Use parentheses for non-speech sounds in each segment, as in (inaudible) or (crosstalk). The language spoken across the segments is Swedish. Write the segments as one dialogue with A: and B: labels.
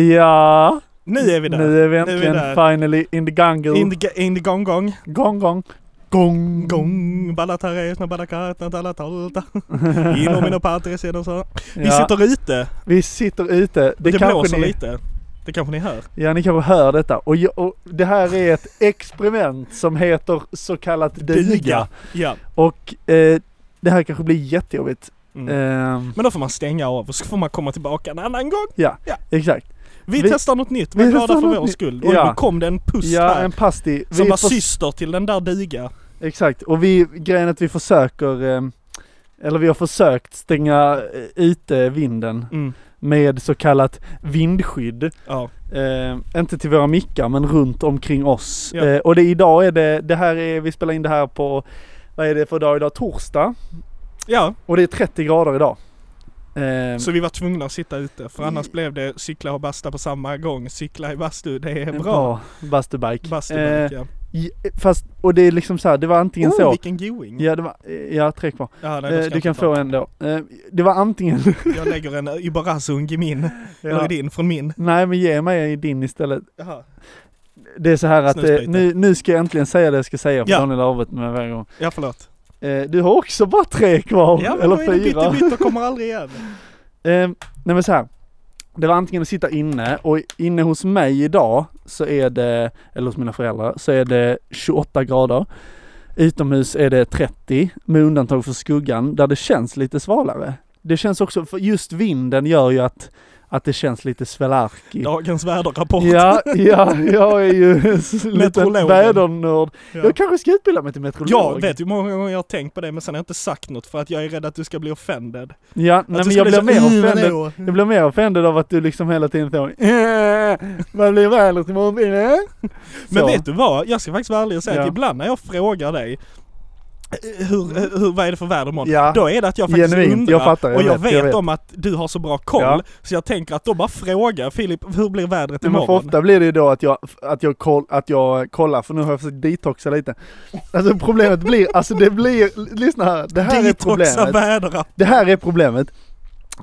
A: Ja,
B: Nu är vi där.
A: nu är vi
B: vi
A: äntligen
B: där.
A: finally in the gangle.
B: In the, ga- in the gong gong.
A: Gong gong. Gong.
B: Gong, balatarejsna, balakartna, talatolta. Inom mina patris och så. Vi
A: ja,
B: sitter ute.
A: vi sitter ute.
B: Det,
A: Det,
B: blåser
A: kanske ni,
B: lite. Det kanske ni hör.
A: Ja, ni kanske hör detta. Och, jag, och det här är
B: (laughs)
A: ett experiment som heter så kallat duga.
B: Ja.
A: Och eh, det här kanske blir jättejobbigt.
B: Mm.
A: Ehm,
B: Men då får man stänga av och så får man komma tillbaka en annan gång.
A: exakt.
B: Vi,
A: Vi-
B: testar något nytt.
A: vi
B: Vi är
A: testar
B: glada för
A: något
B: vår
A: nytt.
B: skull. Och
A: Ja.
B: då kom det en pust
A: Ja,
B: här.
A: en pasti.
B: som
A: Vi
B: var
A: förs-
B: syster till den där diga.
A: Exakt. Och vi, grejen är att vi försöker, ehm, eller vi har försökt stänga eh, ute vinden
B: Mm.
A: med så kallat vindskydd.
B: Ja.
A: Eh, inte till våra mickar men runt omkring oss.
B: Ja.
A: Eh, och det idag är det, det här är, vi spelar in det här på, vad är det för dag idag? Torsdag.
B: ja,
A: Och det är 30 grader idag. Eh,
B: så vi var tvungna att sitta ute för annars blev det cykla och basta på samma gång. Cykla i bastu, det är
A: en
B: bra.
A: Bastubike.
B: Bastubike,
A: Eh,
B: ja.
A: j- Fast, och det är liksom så här, det var antingen
B: Oh,
A: så.
B: vilken going!
A: Ja, det var, eh, ja, tre kvar.
B: Ja, nej, då
A: Eh,
B: ska
A: du
B: jag
A: kan
B: inte
A: få en då. Eh, det var
B: (laughs)
A: antingen...
B: ta. Jag lägger en Ibarazung i min, eller i
A: ja.
B: din, från min.
A: Nej men ge mig din istället.
B: Jaha.
A: Det är så här att eh,
B: Snusbyte.
A: nu, nu ska jag äntligen säga det jag ska säga för
B: Ja.
A: Daniel har avbrutit mig varje gång.
B: Ja, förlåt.
A: Eh, du har också bara tre kvar,
B: Ja, men
A: eller
B: då är det
A: fyra.
B: bytt i bytt och kommer aldrig igen.
A: Eh, nej men så här. Det var antingen att sitta inne och inne hos mig idag så är det, eller hos mina föräldrar, så är det 28 grader. Utomhus är det 30 med undantag för skuggan där det känns lite svalare. Det känns också, för just vinden gör ju att, att det känns lite svelarkigt.
B: Dagens väderrapport.
A: Ja, ja, jag är ju lite
B: Meteorologen.
A: vädernörd.
B: Ja.
A: Jag kanske ska utbilda mig till meteorolog.
B: Jag vet ju hur många gånger jag har tänkt på det men sen har jag inte sagt något för att jag är rädd att du ska bli offended. Att
A: Ja, nej,
B: du
A: men
B: ska
A: jag
B: bli
A: blir
B: så,
A: mer
B: "Mm, men
A: offended
B: då?"
A: Jag blir mer offended av att du liksom hela tiden står "Eh, Vad blir vädret imorgon? Eh?"
B: Men
A: Så.
B: vet du vad? Jag ska faktiskt vara ärlig och säga
A: Ja.
B: att ibland när jag frågar dig eh, hur, hur, vad är det för väder imorgon?
A: Ja.
B: Då är det att jag faktiskt
A: Genuint,
B: undrar.
A: jag fattar, jag
B: och jag
A: vet,
B: vet,
A: jag vet.
B: om att du har så bra koll.
A: Ja.
B: Så jag tänker att då bara fråga Filip, hur blir vädret
A: Nej, men för
B: imorgon?
A: ofta blir det ju då att jag, att, jag koll, att jag kollar, för nu har jag försökt detoxa lite. Alltså problemet blir, alltså det blir, lyssna här, det här är
B: Detoxa
A: problemet.
B: vädra.
A: Det här är problemet.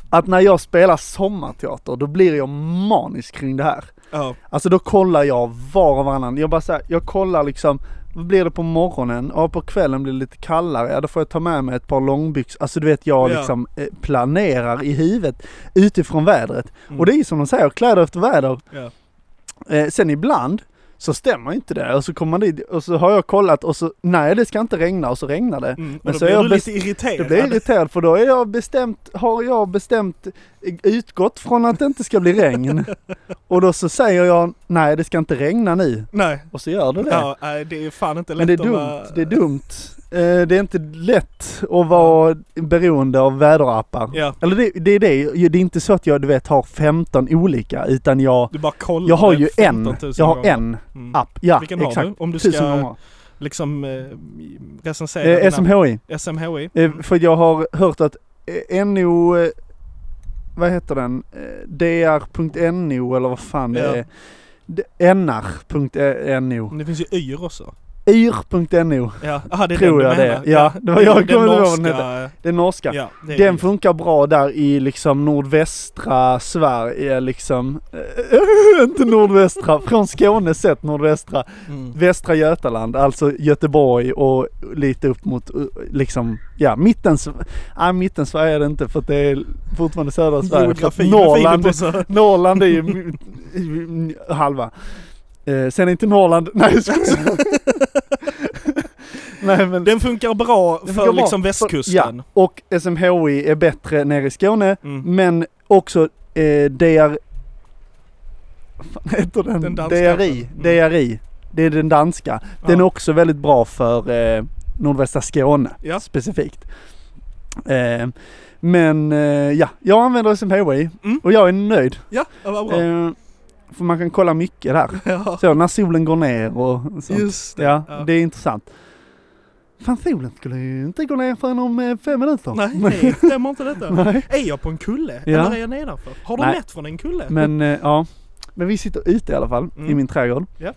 A: Att när jag spelar sommarteater, då blir jag manisk kring det här.
B: Ja.
A: Alltså då kollar jag var och varannan. Jag bara så här, jag kollar liksom, vad blir det på morgonen? Ja på kvällen blir det lite kallare, ja då får jag ta med mig ett par långbyxor. Alltså du vet jag
B: Ja.
A: liksom eh, planerar i huvudet utifrån vädret.
B: Mm.
A: Och det är ju som de säger, kläder efter väder.
B: Ja.
A: Eh, sen ibland så stämmer inte det och så kommer man dit och så har jag kollat och så, nej det ska inte regna och så regnar det.
B: Mm. Men
A: Men
B: då
A: så
B: blir
A: jag
B: du
A: bes-
B: lite irriterad.
A: Då blir jag irriterad för då är jag bestämt, har jag bestämt utgått från att det inte ska bli
B: (laughs)
A: regn. Och då så säger jag nej det ska inte regna nu.
B: Nej.
A: Och så gör det det.
B: Ja, nej, det är fan inte lätt
A: Men det är
B: att
A: dumt,
B: vara-
A: det är dumt. Eh, Det är inte lätt att vara beroende av väderappar.
B: Ja,
A: Eller det, det är det, det är inte så att jag du vet har 15 olika utan jag,
B: du bara kollar.
A: jag har
B: det
A: ju en,
B: 15 000
A: jag har
B: gånger.
A: en
B: Mm.
A: app. Ja,
B: Vilken har
A: exakt.
B: du? Om du
A: Tusen
B: ska
A: gånger.
B: liksom eh, recensera
A: Eh,
B: dina-
A: SMHI.
B: SMHI?
A: Eh, För jag har hört att eh, NO, eh, vad heter den, Eh, dr.no eller vad fan det
B: Ja.
A: är. D- nr.no.
B: Det finns ju yr också.
A: yr.no,
B: Ja, Aha, det är
A: Tror
B: den
A: jag
B: du
A: det.
B: menar.
A: Ja, det var jag
B: den
A: kommer inte ihåg vad den
B: norska,
A: den norska.
B: Ja, det är
A: Den
B: yr.
A: funkar bra där i liksom nordvästra Sverige liksom. Eh, (laughs) Inte nordvästra, från Skåne sett nordvästra.
B: Mm.
A: Västra Götaland, alltså Göteborg och lite upp mot eh, liksom, ja mitten, nej mitten Sverige är det inte för att det är fortfarande södra Sverige. För att
B: Geografi med
A: Norrland,
B: Filip och så.
A: Norrland är ju m- m- halva. Eh, sen är inte Norrland, nej jag skojar. Nej men,
B: Den funkar bra för
A: funkar bra
B: liksom
A: för-
B: västkusten.
A: ja, och SMHI är bättre nere i Skåne,
B: Mm.
A: men också eh, DR... Fan heter den?
B: Den danska
A: DRI.
B: appen.
A: DRI. Det är den danska. Den är också väldigt bra för eh, nordvästra Skåne
B: Ja.
A: specifikt. Eh, men eh, ja, jag använder SMHI
B: Mm.
A: och jag är nöjd.
B: ja, ja, vad bra.
A: Eh, för man kan kolla mycket där.
B: ja.
A: Så när solen går ner och sånt.
B: Just det.
A: ja,
B: ja.
A: det är intressant. Fan solen skulle ju inte gå ner förrän om eh, fem minuter.
B: Nej, nej, stämmer inte
A: (laughs)
B: detta?
A: Nej.
B: Är jag på en kulle?
A: Ja.
B: Eller är jag nedanför? Har du
A: Nej.
B: mätt från en kulle?
A: Men eh, ja, men vi sitter ute i alla fall
B: Mm.
A: i min trädgård.
B: Ja.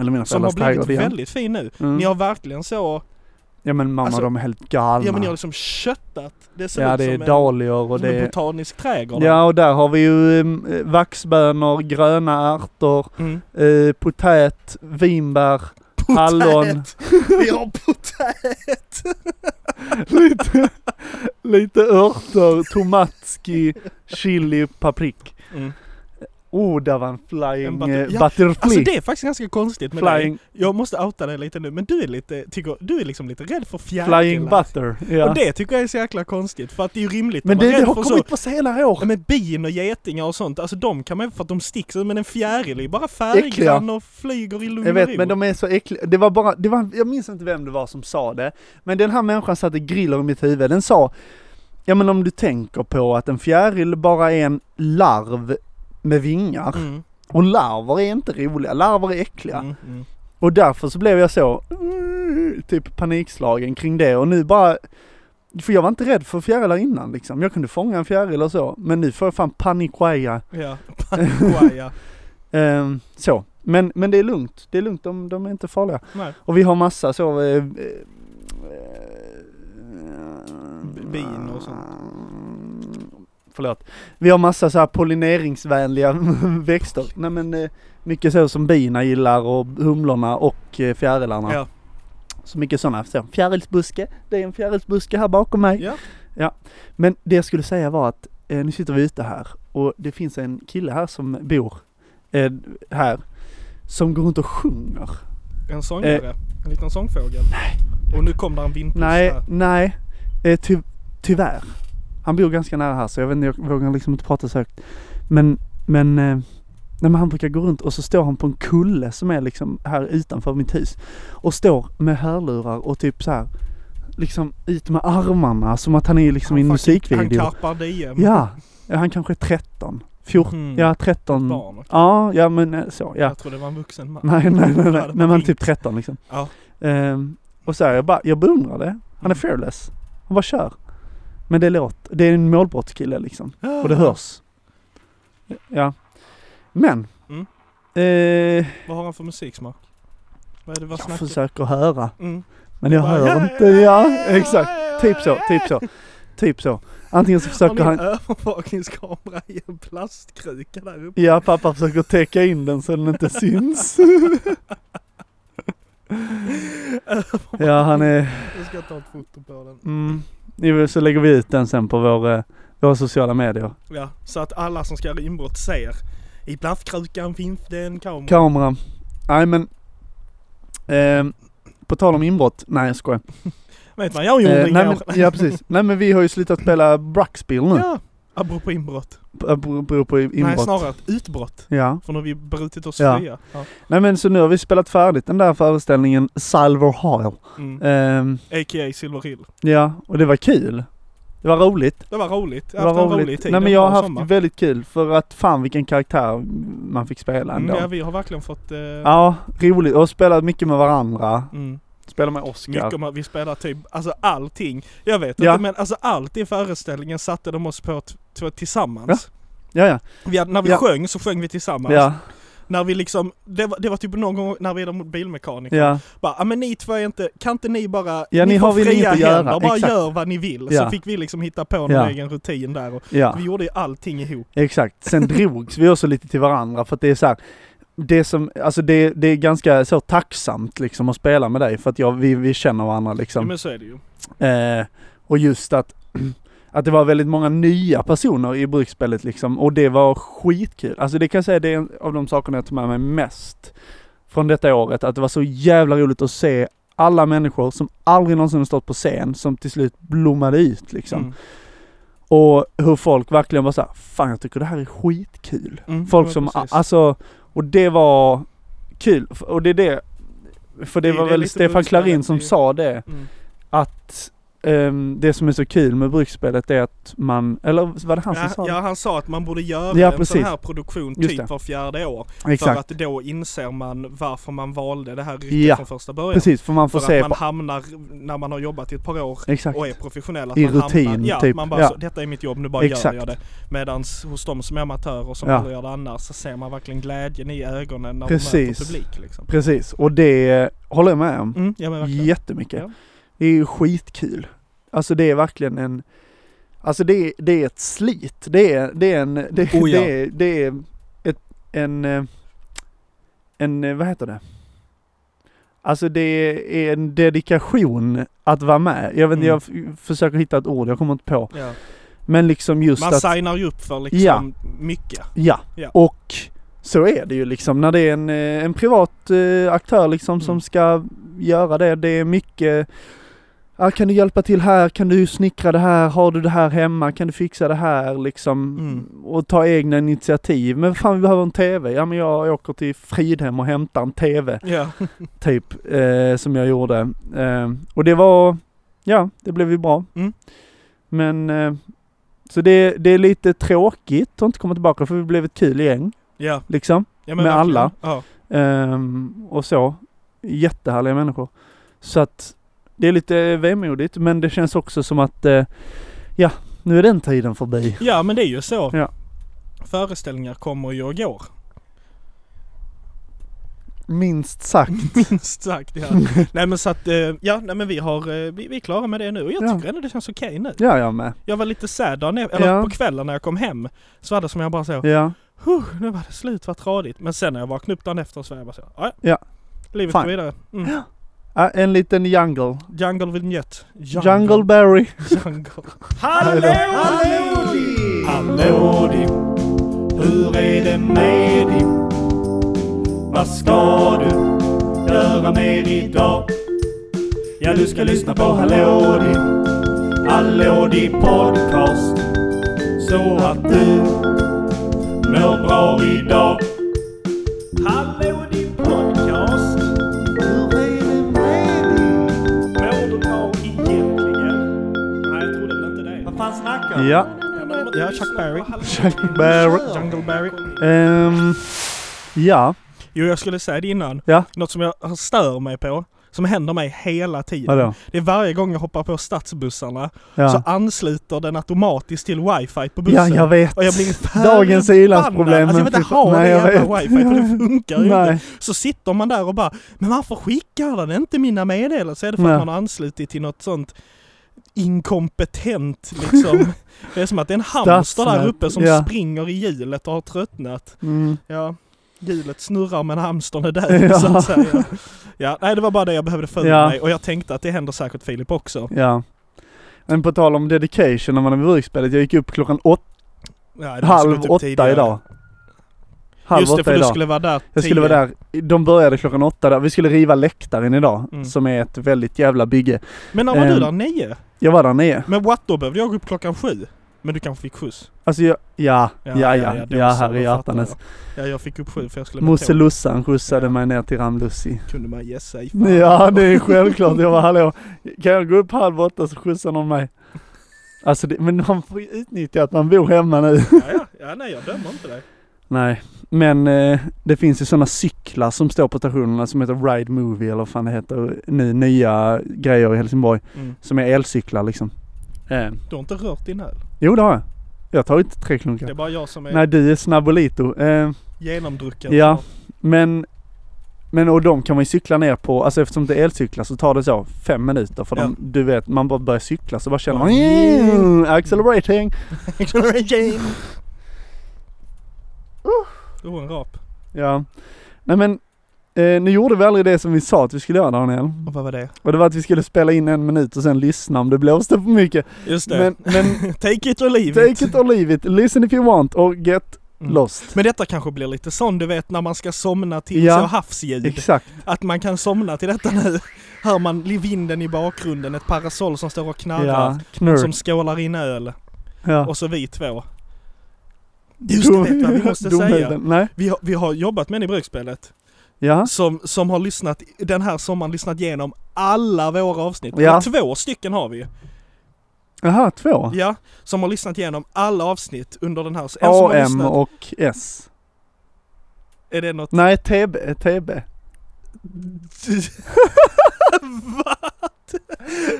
A: Eller mina
B: Som har
A: föräldrars
B: blivit
A: trädgård igen.
B: väldigt fin nu.
A: Mm.
B: Ni har verkligen så
A: Ja men mamma
B: Alltså,
A: de är helt galna.
B: Ja men jag har liksom köttat. Det ser
A: ja
B: ut
A: det är
B: som, en,
A: dahlior och
B: som en
A: det
B: botanisk trädgård.
A: Ja och där har vi ju em, eh, vaxbönor, gröna ärtor,
B: Mm.
A: eh, potät, vinbär,
B: (laughs)
A: hallon.
B: Potät. Vi har potät!
A: lite, lite örter, tomatski, chili, paprik.
B: Mm.
A: Oh, där var en flying
B: En
A: butter,
B: butter-
A: eh,
B: ja,
A: butterfly.
B: Alltså det är faktiskt ganska konstigt med dig.
A: flying,
B: Jag måste outa dig lite nu, men du är lite, tycker, du är liksom lite rädd för fjärilar.
A: flying butter.
B: Och
A: Ja.
B: det tycker jag är så jäkla konstigt, för att det är ju rimligt
A: Men
B: att
A: det,
B: vara
A: det
B: rädd
A: har
B: för så.
A: kommit på senare år.
B: Ja, men bin och getingar och sånt, alltså de kan man ju för att de sticks ut, men en fjäril är ju bara färggrann och flyger i lugn
A: Jag
B: och
A: vet
B: ro.
A: men de är så äckliga. Det var bara, det var, jag minns inte vem det var som sa det. Men den här människan satte griller i mitt huvud. Den sa, ja men om du tänker på att en fjäril bara är en larv med vingar.
B: Mm,
A: Och larver är inte roliga, larver är äckliga.
B: mm, mm.
A: Och därför så blev jag så, "Mm", typ panikslagen kring det och nu bara, för jag var inte rädd för fjärilar innan liksom. Jag kunde fånga en fjäril och så, men nu får jag fan panikwaja.
B: Ja, Paraguaya.
A: Ehm, så, men, men det är lugnt. Det är lugnt, de, de är inte farliga.
B: Nej.
A: Och vi har massa så... Eh, eh,
B: B- bin och sånt.
A: mm, Förlåt. Vi har massa så här pollineringsvänliga (laughs) växter. Nej men eh, mycket så som bina gillar och humlorna och eh, fjärilarna.
B: Ja.
A: Så mycket sådana. Så, fjärilsbuske. Det är en fjärilsbuske här bakom mig.
B: Ja.
A: Men det jag skulle säga var att eh, nu sitter vi ute här och det finns en kille här som bor eh, här. Som går runt och sjunger.
B: En sångare. En liten sångfågel. Och nu kom där en vindpust
A: Eh. Nej,
B: där.
A: nej. Eh, ty, tyvärr. Han bor ganska nära här så jag vet inte, jag vågar liksom inte prata så högt. Men, men, eh, nej, men han brukar gå runt och så står han på en kulle som är liksom här utanför mitt hus. Och står med hörlurar och typ så här. Liksom ut med armarna som att han är liksom i en
B: fucking-
A: musikvideo.
B: Han karpar DM.
A: Ja, ja, han kanske är 13. 14,
B: Mm.
A: ja 13.
B: Barn.
A: Ja, ja men eh, så ja.
B: Jag trodde det var en vuxen man.
A: (laughs) Nej, nej, nej, nej.
B: hade
A: När man
B: man
A: är typ 13 liksom.
B: Ja. Mm.
A: Ehm, och så här, jag bara, jag beundrar det. Han är fearless. Han bara kör. Men det låter, det är en målbrottskille liksom. Och det hörs. Ja. Men.
B: Mm.
A: Eh,
B: Vad har han för musiksmak? Vad är det, vad
A: jag
B: snackar
A: försöker höra.
B: Mm.
A: Men jag
B: Bara,
A: hör
B: ja,
A: inte.
B: ja,
A: Ja,
B: ja,
A: exakt.
B: ja,
A: Typ så, typ så. Typ så. Antingen så
B: Har ni
A: försöker
B: en
A: han...
B: övervakningskamera i en plastkruka där uppe?
A: Ja, pappa försöker täcka in den så den inte
B: (laughs)
A: syns. Ja, han är...
B: Jag ska ta ett foto på den.
A: Mm. Jo, Så lägger vi ut den sen på vår, eh, våra sociala medier.
B: Ja, så att alla som ska göra inbrott ser. I plastkrukan finns det en kamera.
A: Kamera. Nej men. Eh, på tal om inbrott. Nej jag skojar.
B: Vet man, jag gjorde
A: Eh, nej,
B: igår.
A: men, ja precis. Nej men vi har ju slutat spela Bruckspel nu.
B: Ja, apropå inbrott.
A: B- b- Beror på inbrott.
B: Nej, snarare ett utbrott.
A: Ja.
B: För nu har vi brutit oss
A: Ja. Eh.
B: fria. Ja.
A: Nej men så nu har vi spelat färdigt den där föreställningen Salvor Hall.
B: Mm.
A: Ehm,
B: A.k.a. Silver Hill.
A: ja och det var kul. Det var roligt.
B: Det var roligt.
A: Det var
B: en
A: roligt.
B: tid.
A: Nej men
B: en
A: jag
B: bra
A: har haft
B: sommar.
A: väldigt kul för att fan vilken karaktär man fick spela ändå.
B: Mm, ja, vi har verkligen fått... Eh,
A: Ja, roligt. Och spelat mycket med varandra.
B: mm,
A: Spelat med Oscar.
B: mycket om att vi spelar typ, alltså allting. Jag vet
A: Ja.
B: inte men alltså allt i föreställningen satte de oss på t- t- tillsammans.
A: Ja, ja.
B: Vi hade, när vi
A: Ja.
B: sjöng så sjöng vi tillsammans.
A: Ja,
B: När vi liksom, det var, det var typ någon gång när vi var bilmekaniker.
A: ja.
B: Bara, "Ah, men ni två är inte, kan inte ni bara,
A: Ja, ni
B: får
A: har väl
B: fria
A: inget att göra."
B: händer, bara
A: Exakt.
B: gör vad ni vill.
A: Ja.
B: Så fick vi liksom hitta på någon
A: Ja. Ah.
B: egen rutin där. Och
A: ja.
B: Vi gjorde ju allting ihop.
A: Exakt, sen drogs vi också lite till varandra för att det är så här, det som, alltså det, det är ganska så tacksamt liksom att spela med dig för att jag, vi, vi känner varandra
B: Ja,
A: liksom.
B: men så är det ju.
A: Eh, och just att, (clears throat) att det var väldigt många nya personer i bruksspelet liksom och det var skitkul. Alltså det kan jag säga det är en av de sakerna jag tog med mig mest från detta året, att det var så jävla roligt att se alla människor som aldrig någonsin har stått på scen som till slut blommade ut liksom.
B: Mm.
A: Och hur folk verkligen var såhär, fan jag tycker det här är skitkul.
B: Mm,
A: Folk
B: ja,
A: som,
B: precis.
A: alltså, och det var kul. F- Och det är det, för det,
B: Det är
A: var
B: det
A: väl
B: lite
A: Stefan
B: brukspelet,
A: Klarin som
B: det är-
A: sa det,
B: Mm.
A: att ehm, det som är så kul med bruksspelet är att man, eller var det han som
B: Ja,
A: sa
B: ja, han sa att man borde göra
A: Ja,
B: en
A: precis.
B: sån här produktion
A: Just
B: typ
A: det.
B: var fjärde år.
A: det? Exakt,
B: För att då inser man varför man valde det här ryktet
A: Ja,
B: från första början.
A: precis, för man får
B: för
A: se,
B: att
A: på,
B: man hamnar, när man har jobbat i ett par år
A: exakt,
B: och är professionell, att
A: I
B: man
A: rutin,
B: hamnar, ja,
A: typ.
B: man bara
A: Ja.
B: så, detta är mitt jobb, nu bara gör
A: Exakt.
B: jag det. Medans hos de som är amatörer som
A: Ja.
B: aldrig gör det annars så ser man verkligen glädjen i ögonen när
A: Precis.
B: de möter publik liksom.
A: precis. Och det eh, håller jag med om
B: Mm, ja men verkligen.
A: jättemycket.
B: Ja.
A: Det är ju skitkul. Alltså det är verkligen en, alltså det är, det är ett slit. Det är, det är en, det,
B: Oh ja.
A: det är, det är ett, en, eh, en, eh, vad heter det? Alltså det är en dedikation att vara med. Jag vet inte,
B: Mm.
A: jag f- försöker hitta ett ord, jag kommer inte på.
B: Ja.
A: Men liksom just
B: Man
A: att...
B: signar ju upp för liksom
A: Ja.
B: mycket.
A: Ja.
B: Ja.
A: och så är det ju liksom när det är en, eh, en privat eh, aktör liksom som
B: Mm.
A: ska göra det. Det är mycket, ah, kan du hjälpa till här? Kan du snickra det här? Har du det här hemma? Kan du fixa det här? Liksom,
B: Mm.
A: Och ta egna initiativ. Men fan vi behöver en TV. Ja men jag åker till Fridhem och hämtar en TV
B: Ja.
A: typ eh, som jag gjorde. Eh, och det var, ja det blev ju bra.
B: Mm.
A: Men eh, så det, det är lite tråkigt att inte komma tillbaka för vi blev ett kul gäng
B: Ja.
A: liksom.
B: ja
A: Med
B: verkligen.
A: alla.
B: Ja.
A: Ehm, och så. Jättehärliga människor. Så att det är lite vemodigt men det känns också som att eh, ja, nu är den tiden förbi.
B: ja men det är ju så.
A: Ja.
B: Föreställningar kommer ju och går.
A: Minst sagt.
B: (laughs) Minst sagt
A: (laughs)
B: ja. nej men så att, eh, ja nej men vi har, eh, vi, vi är klara med det nu och jag
A: Ja.
B: tycker ändå det känns okej nu.
A: Ja, jag med.
B: Jag var lite sad dagen efter, eller
A: Ja.
B: på kvällen när jag kom hem. Så var det som jag bara så,
A: Ja,
B: huh, nu var det slut, vad tradigt. Men sen när jag vaknade upp dagen efter så var jag bara så, ja.
A: Ja.
B: Livet
A: Fine.
B: går vidare. Mm.
A: Ah, en liten jungle.
B: Jungle vignett. Jungle.
A: Jungleberry.
B: (laughs) Jungle. Hallå! Hallå!
C: Hallå Dipp, hur är det med Dipp? Vad ska du göra mer idag? Ja, du ska lyssna på Hallå Dipp, Hallå Dipp podcast. Så att du mår bra idag. Hallå Dipp podcast. Hur är det med Dipp? Mår du bra egentligen?
B: Nej jag trodde väl inte det.
C: Vad fan snackar du om?
A: Ja,
B: Ja, Chuck Berry.
A: Jungleberry.
B: Jungle Berry.
A: Ehm, ja,
B: Jo jag skulle säga det innan.
A: Ja.
B: Något som jag stör mig på. Som händer mig hela tiden.
A: vadå?
B: Det är varje gång jag hoppar på stadsbussarna
A: Ja.
B: så ansluter den automatiskt till wifi på
A: ja,
B: bussen.
A: jag vet.
B: Och jag blir förbannad.
A: Dagens i-landsproblem.
B: Alltså jag vill inte ha
A: Nej,
B: det
A: jag
B: jävla wifi för det funkar ju inte.
A: Nej,
B: Så sitter man där och bara, men varför skickar den inte mina meddelanden? Så är det för
A: Nej.
B: att man har anslutit till något sånt inkompetent
A: (laughs)
B: liksom. det är som att det är en hamster där
A: Stadsnät,
B: uppe som
A: ja.
B: springer i hjulet och har tröttnat.
A: mm.
B: Ja, hjulet snurrar men hamstern är död
A: (laughs) Ja.
B: så att säga. Ja, nej det var bara det jag behövde få ur
A: Ja.
B: mig och jag tänkte att det händer säkert Filip också.
A: ja. Men på tal om dedication när man är vid brukspelet. Jag gick upp klockan åtta,
B: Ja, det skulle
A: halv
B: typ
A: åtta
B: tidigare.
A: idag. Halv
B: Just det,
A: åtta
B: för
A: idag.
B: du skulle vara där
A: Jag skulle
B: tio.
A: vara där. De började klockan åtta där. Vi skulle riva läktaren idag.
B: Mm.
A: Som är ett väldigt jävla bygge.
B: Men när var du
A: Ehm.
B: där? Nio?
A: Jag var där nere.
B: Men what, då behövde jag gå upp klockan sju. Men du kanske fick skjuts?
A: Alltså jag, ja, ja, ja, ja,
B: det var så,
A: herre
B: då fattar
A: hjärtanes.
B: jag. Ja, jag fick upp sju för jag skulle med
A: Mosse
B: tåg.
A: Lussan skjutsade
B: Ja.
A: mig ner till Ramlussi.
B: Kunde man ge sig? fan.
A: Ja det är självklart, jag bara hallå, kan jag gå upp halv åtta så skjutsar någon mig? Alltså det, men man får ju utnyttja att man bor hemma nu.
B: Ja, ja, ja, nej jag dömer inte dig.
A: Nej, men eh, det finns ju sådana cyklar som står på stationerna som heter Ride Movie eller vad fan det heter, nu, nya grejer i Helsingborg
B: Mm.
A: som är elcyklar liksom. Eh,
B: Du har inte rört din öl.
A: jo det har jag. Jag tar inte tre
B: Det är
A: klunkar.
B: bara jag som är
A: Nej du är snabbolito. Eh,
B: genomdrucken.
A: Ja. men, men och de kan man ju cykla ner på, alltså eftersom det är elcyklar så tar det så fem minuter för de, du vet, man bara börjar cykla så bara känner man "Mm, accelerating.
B: (laughs)
A: Uh.
B: Du har Oh, en rap.
A: Ja. Nej men, eh, nu gjorde vi aldrig det som vi sa att vi skulle göra Daniel.
B: Och vad var det?
A: Och det var att vi skulle spela in en minut och sen lyssna om det blåste för mycket.
B: Just det.
A: Men,
B: (laughs)
A: men
B: Take it or leave
A: take it or leave it, listen if you want och get
B: Mm.
A: lost.
B: Men detta kanske blir lite sån du vet när man ska somna till
A: Ja.
B: så havsljud.
A: Exakt.
B: Att man kan somna till detta nu. Hör man vinden i bakgrunden, ett parasoll som står och knarrar.
A: Ja, knurr.
B: Som skålar in öl.
A: Ja.
B: Och så vi två. Just det, vet du vad vi
A: (laughs)
B: måste
A: Domhuden.
B: säga?
A: Nej.
B: Vi har, vi har jobbat med en i bruksspelet
A: Ja.
B: som, som har lyssnat, den här sommaren lyssnat igenom alla våra avsnitt.
A: Ja.
B: Och två stycken har vi ju.
A: Jaha, två.
B: Ja, som har lyssnat igenom alla avsnitt under den här. En som har
A: AM
B: lyssnat,
A: och S.
B: är det något...
A: Nej, TB. TB.
B: Va?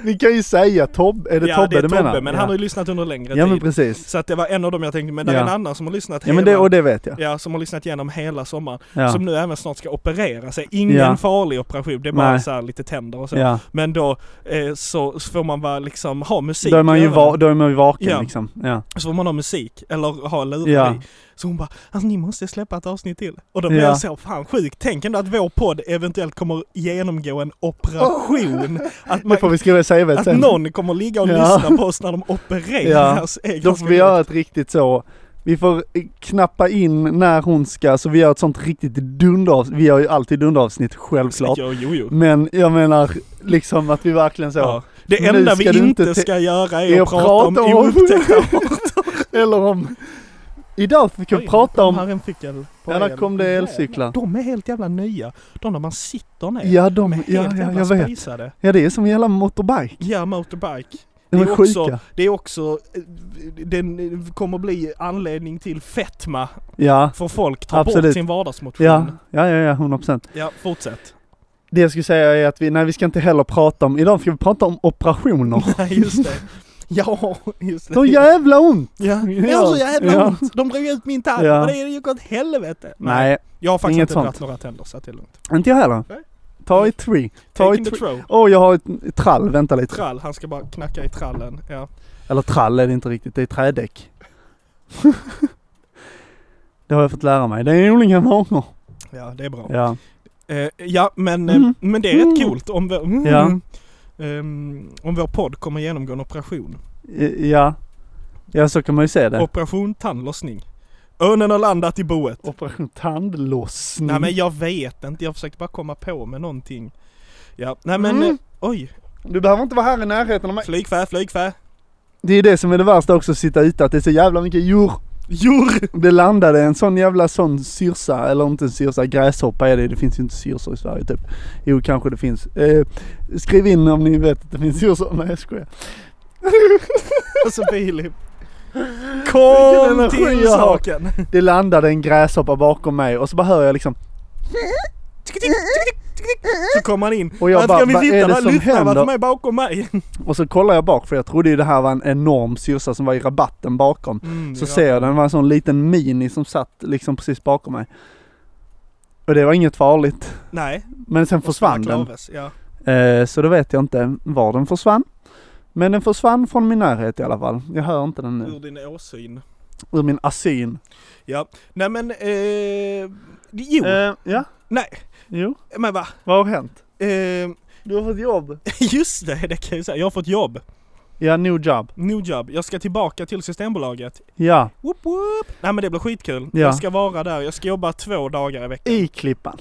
A: Vi kan ju säga Tobbe, är det
B: ja,
A: Tobbe
B: det är
A: du
B: Tobbe,
A: menar?
B: men
A: ja.
B: han har ju lyssnat under längre
A: Ja
B: tid.
A: men precis.
B: Så att det var en av dem jag tänkte, men det
A: Ja.
B: är en annan som har lyssnat
A: Ja
B: hela,
A: men det, och det vet jag.
B: ja, som har lyssnat igenom hela sommaren.
A: Ja.
B: Som nu även snart ska operera sig. Ingen
A: Ja.
B: farlig operation, det är bara
A: Nej.
B: så här lite tänder och så.
A: ja.
B: Men då eh, så så får man vara liksom, ha musik
A: Då är man
B: i
A: ju
B: öronen.
A: va- då är man ju vaken
B: Ja.
A: liksom. Ja.
B: Så får man ha musik, eller ha lurar
A: Ja.
B: i. Så hon bara, alltså ni måste släppa ett avsnitt till. Och då blev
A: Ja.
B: jag så, fan sjukt, tänk ändå att vår podd eventuellt kommer genomgå en
A: (laughs)
B: operation. Att,
A: Det
B: man,
A: får vi skriva i CVt
B: att
A: sen.
B: någon kommer ligga och
A: Ja.
B: lyssna på oss när de opererar
A: Ja.
B: sig.
A: Då får vi göra ett riktigt så. Vi får eh, knappa in när hon ska, så vi gör ett sånt riktigt dunderavsnitt. Vi gör ju alltid dunderavsnitt, självklart.
B: Ja, jo, jo.
A: Men jag menar liksom att vi verkligen så.
B: Ja. Det
A: Nu
B: enda vi
A: ska du inte
B: inte
A: te-
B: ska göra
A: är att
B: är att prata om
A: prata om- (laughs)
B: oupptäckta arter.
A: Eller om... Idag fick jag
B: Oj,
A: prata
B: kom
A: om...
B: Här en cykel på
A: Ja, där
B: el.
A: kom det elcyklar.
B: De är helt jävla nya. De där man sitter ner.
A: Ja, de...
B: De är
A: Ja,
B: helt
A: ja,
B: jävla
A: jag vet.
B: spisade.
A: Ja, det är som hela motorbike.
B: Ja, motorbike.
A: De
B: Det
A: är
B: är också-
A: sjuka.
B: Det är också, eh, den eh, kommer bli anledning till fetma.
A: Ja.
B: För folk tar
A: Absolut.
B: bort sin vardagsmotion.
A: Ja, ja, ja, ja, 100 procent.
B: ja fortsätt.
A: Det jag skulle säga är att vi, nej vi ska inte heller prata om, idag ska vi prata om operationer.
B: (laughs) Nej, just det. Ja, just det.
A: Så jävla ont!
B: Ja,
A: Ja.
B: det var så jävla
A: Ja.
B: ont. De drog ut min tand
A: Ja.
B: och det gick åt helvete.
A: Nej,
B: Jag har faktiskt
A: inget
B: inte
A: sånt.
B: dragit några tänder så att det är lugnt.
A: inte jag heller.
B: Nej.
A: Ta i tree. Ta i
B: Taking the
A: tree.
B: throw.
A: Åh, jag har ett trall, vänta lite.
B: Trall, han ska bara knacka i trallen. Ja.
A: Eller trall är det inte riktigt, det är trädäck. (laughs) det har jag fått lära mig. Det är olika marker.
B: ja, det är bra.
A: Ja.
B: Eh, ja, men, eh,
A: Mm.
B: men det är rätt
A: Mm.
B: coolt om, vår- mm,
A: Ja.
B: ehm, om vår podd kommer genomgå en operation.
A: I- Ja. Ja, så kan man ju se det.
B: Operation tandlossning. Örnen har landat i boet.
A: Operation tandlossning.
B: Nej men jag vet inte, jag försökte bara komma på med någonting. Ja, nej men
A: Mm.
B: eh, oj,
A: Du behöver inte vara här i närheten av mig.
B: flygfä,
A: (laughs)
B: flygfä.
A: Det är det som är det värsta också, att sitta ute, att det är så jävla mycket djur.
B: Djur!
A: Det landade en sån jävla sån syrsa, eller inte en syrsa, gräshoppa är det, det finns ju inte syrsor i Sverige typ. Jo kanske det finns. Eh, skriv in om ni vet att det finns syrsor. (laughs) Nej jag skojar.
B: Alltså Filip.
A: Vilken
B: Kom
A: energi
B: till
A: jag har.
B: saken!
A: Det landade en gräshoppa bakom mig och så bara hör jag liksom
B: Så kom han in.
A: Och jag
B: Varför
A: bara,
B: kan vi
A: vad är
B: sitta
A: det
B: där?
A: som
B: Lyssna,
A: händer?
B: varför är bakom mig?
A: och så kollar jag bak för jag trodde ju det här var en enorm syrsa som var i rabatten bakom.
B: Mm,
A: Så ser jag den var en sån liten mini som satt liksom precis bakom mig. Och det var inget farligt.
B: Nej.
A: Men sen
B: och
A: försvann
B: Stora
A: den.
B: Klaves, Ja.
A: Eh, så då vet jag inte var den försvann. Men den försvann från min närhet i alla fall. Jag hör inte den nu.
B: Ur din åsyn.
A: Ur min asyn.
B: Ja. Nej men, eh, jo.
A: Eh, ja.
B: Nej.
A: Jo.
B: Men va?
A: Vad har hänt?
B: Eh, (laughs)
A: Du har fått jobb.
B: just det, det kan jag ju säga. Jag har fått jobb.
A: Ja, new job.
B: New job. Jag ska tillbaka till Systembolaget.
A: Ja.
B: Whoop, whoop. Nej men det blir skitkul.
A: Ja.
B: Jag ska vara där. Jag ska jobba två dagar i veckan.
A: I Klippan.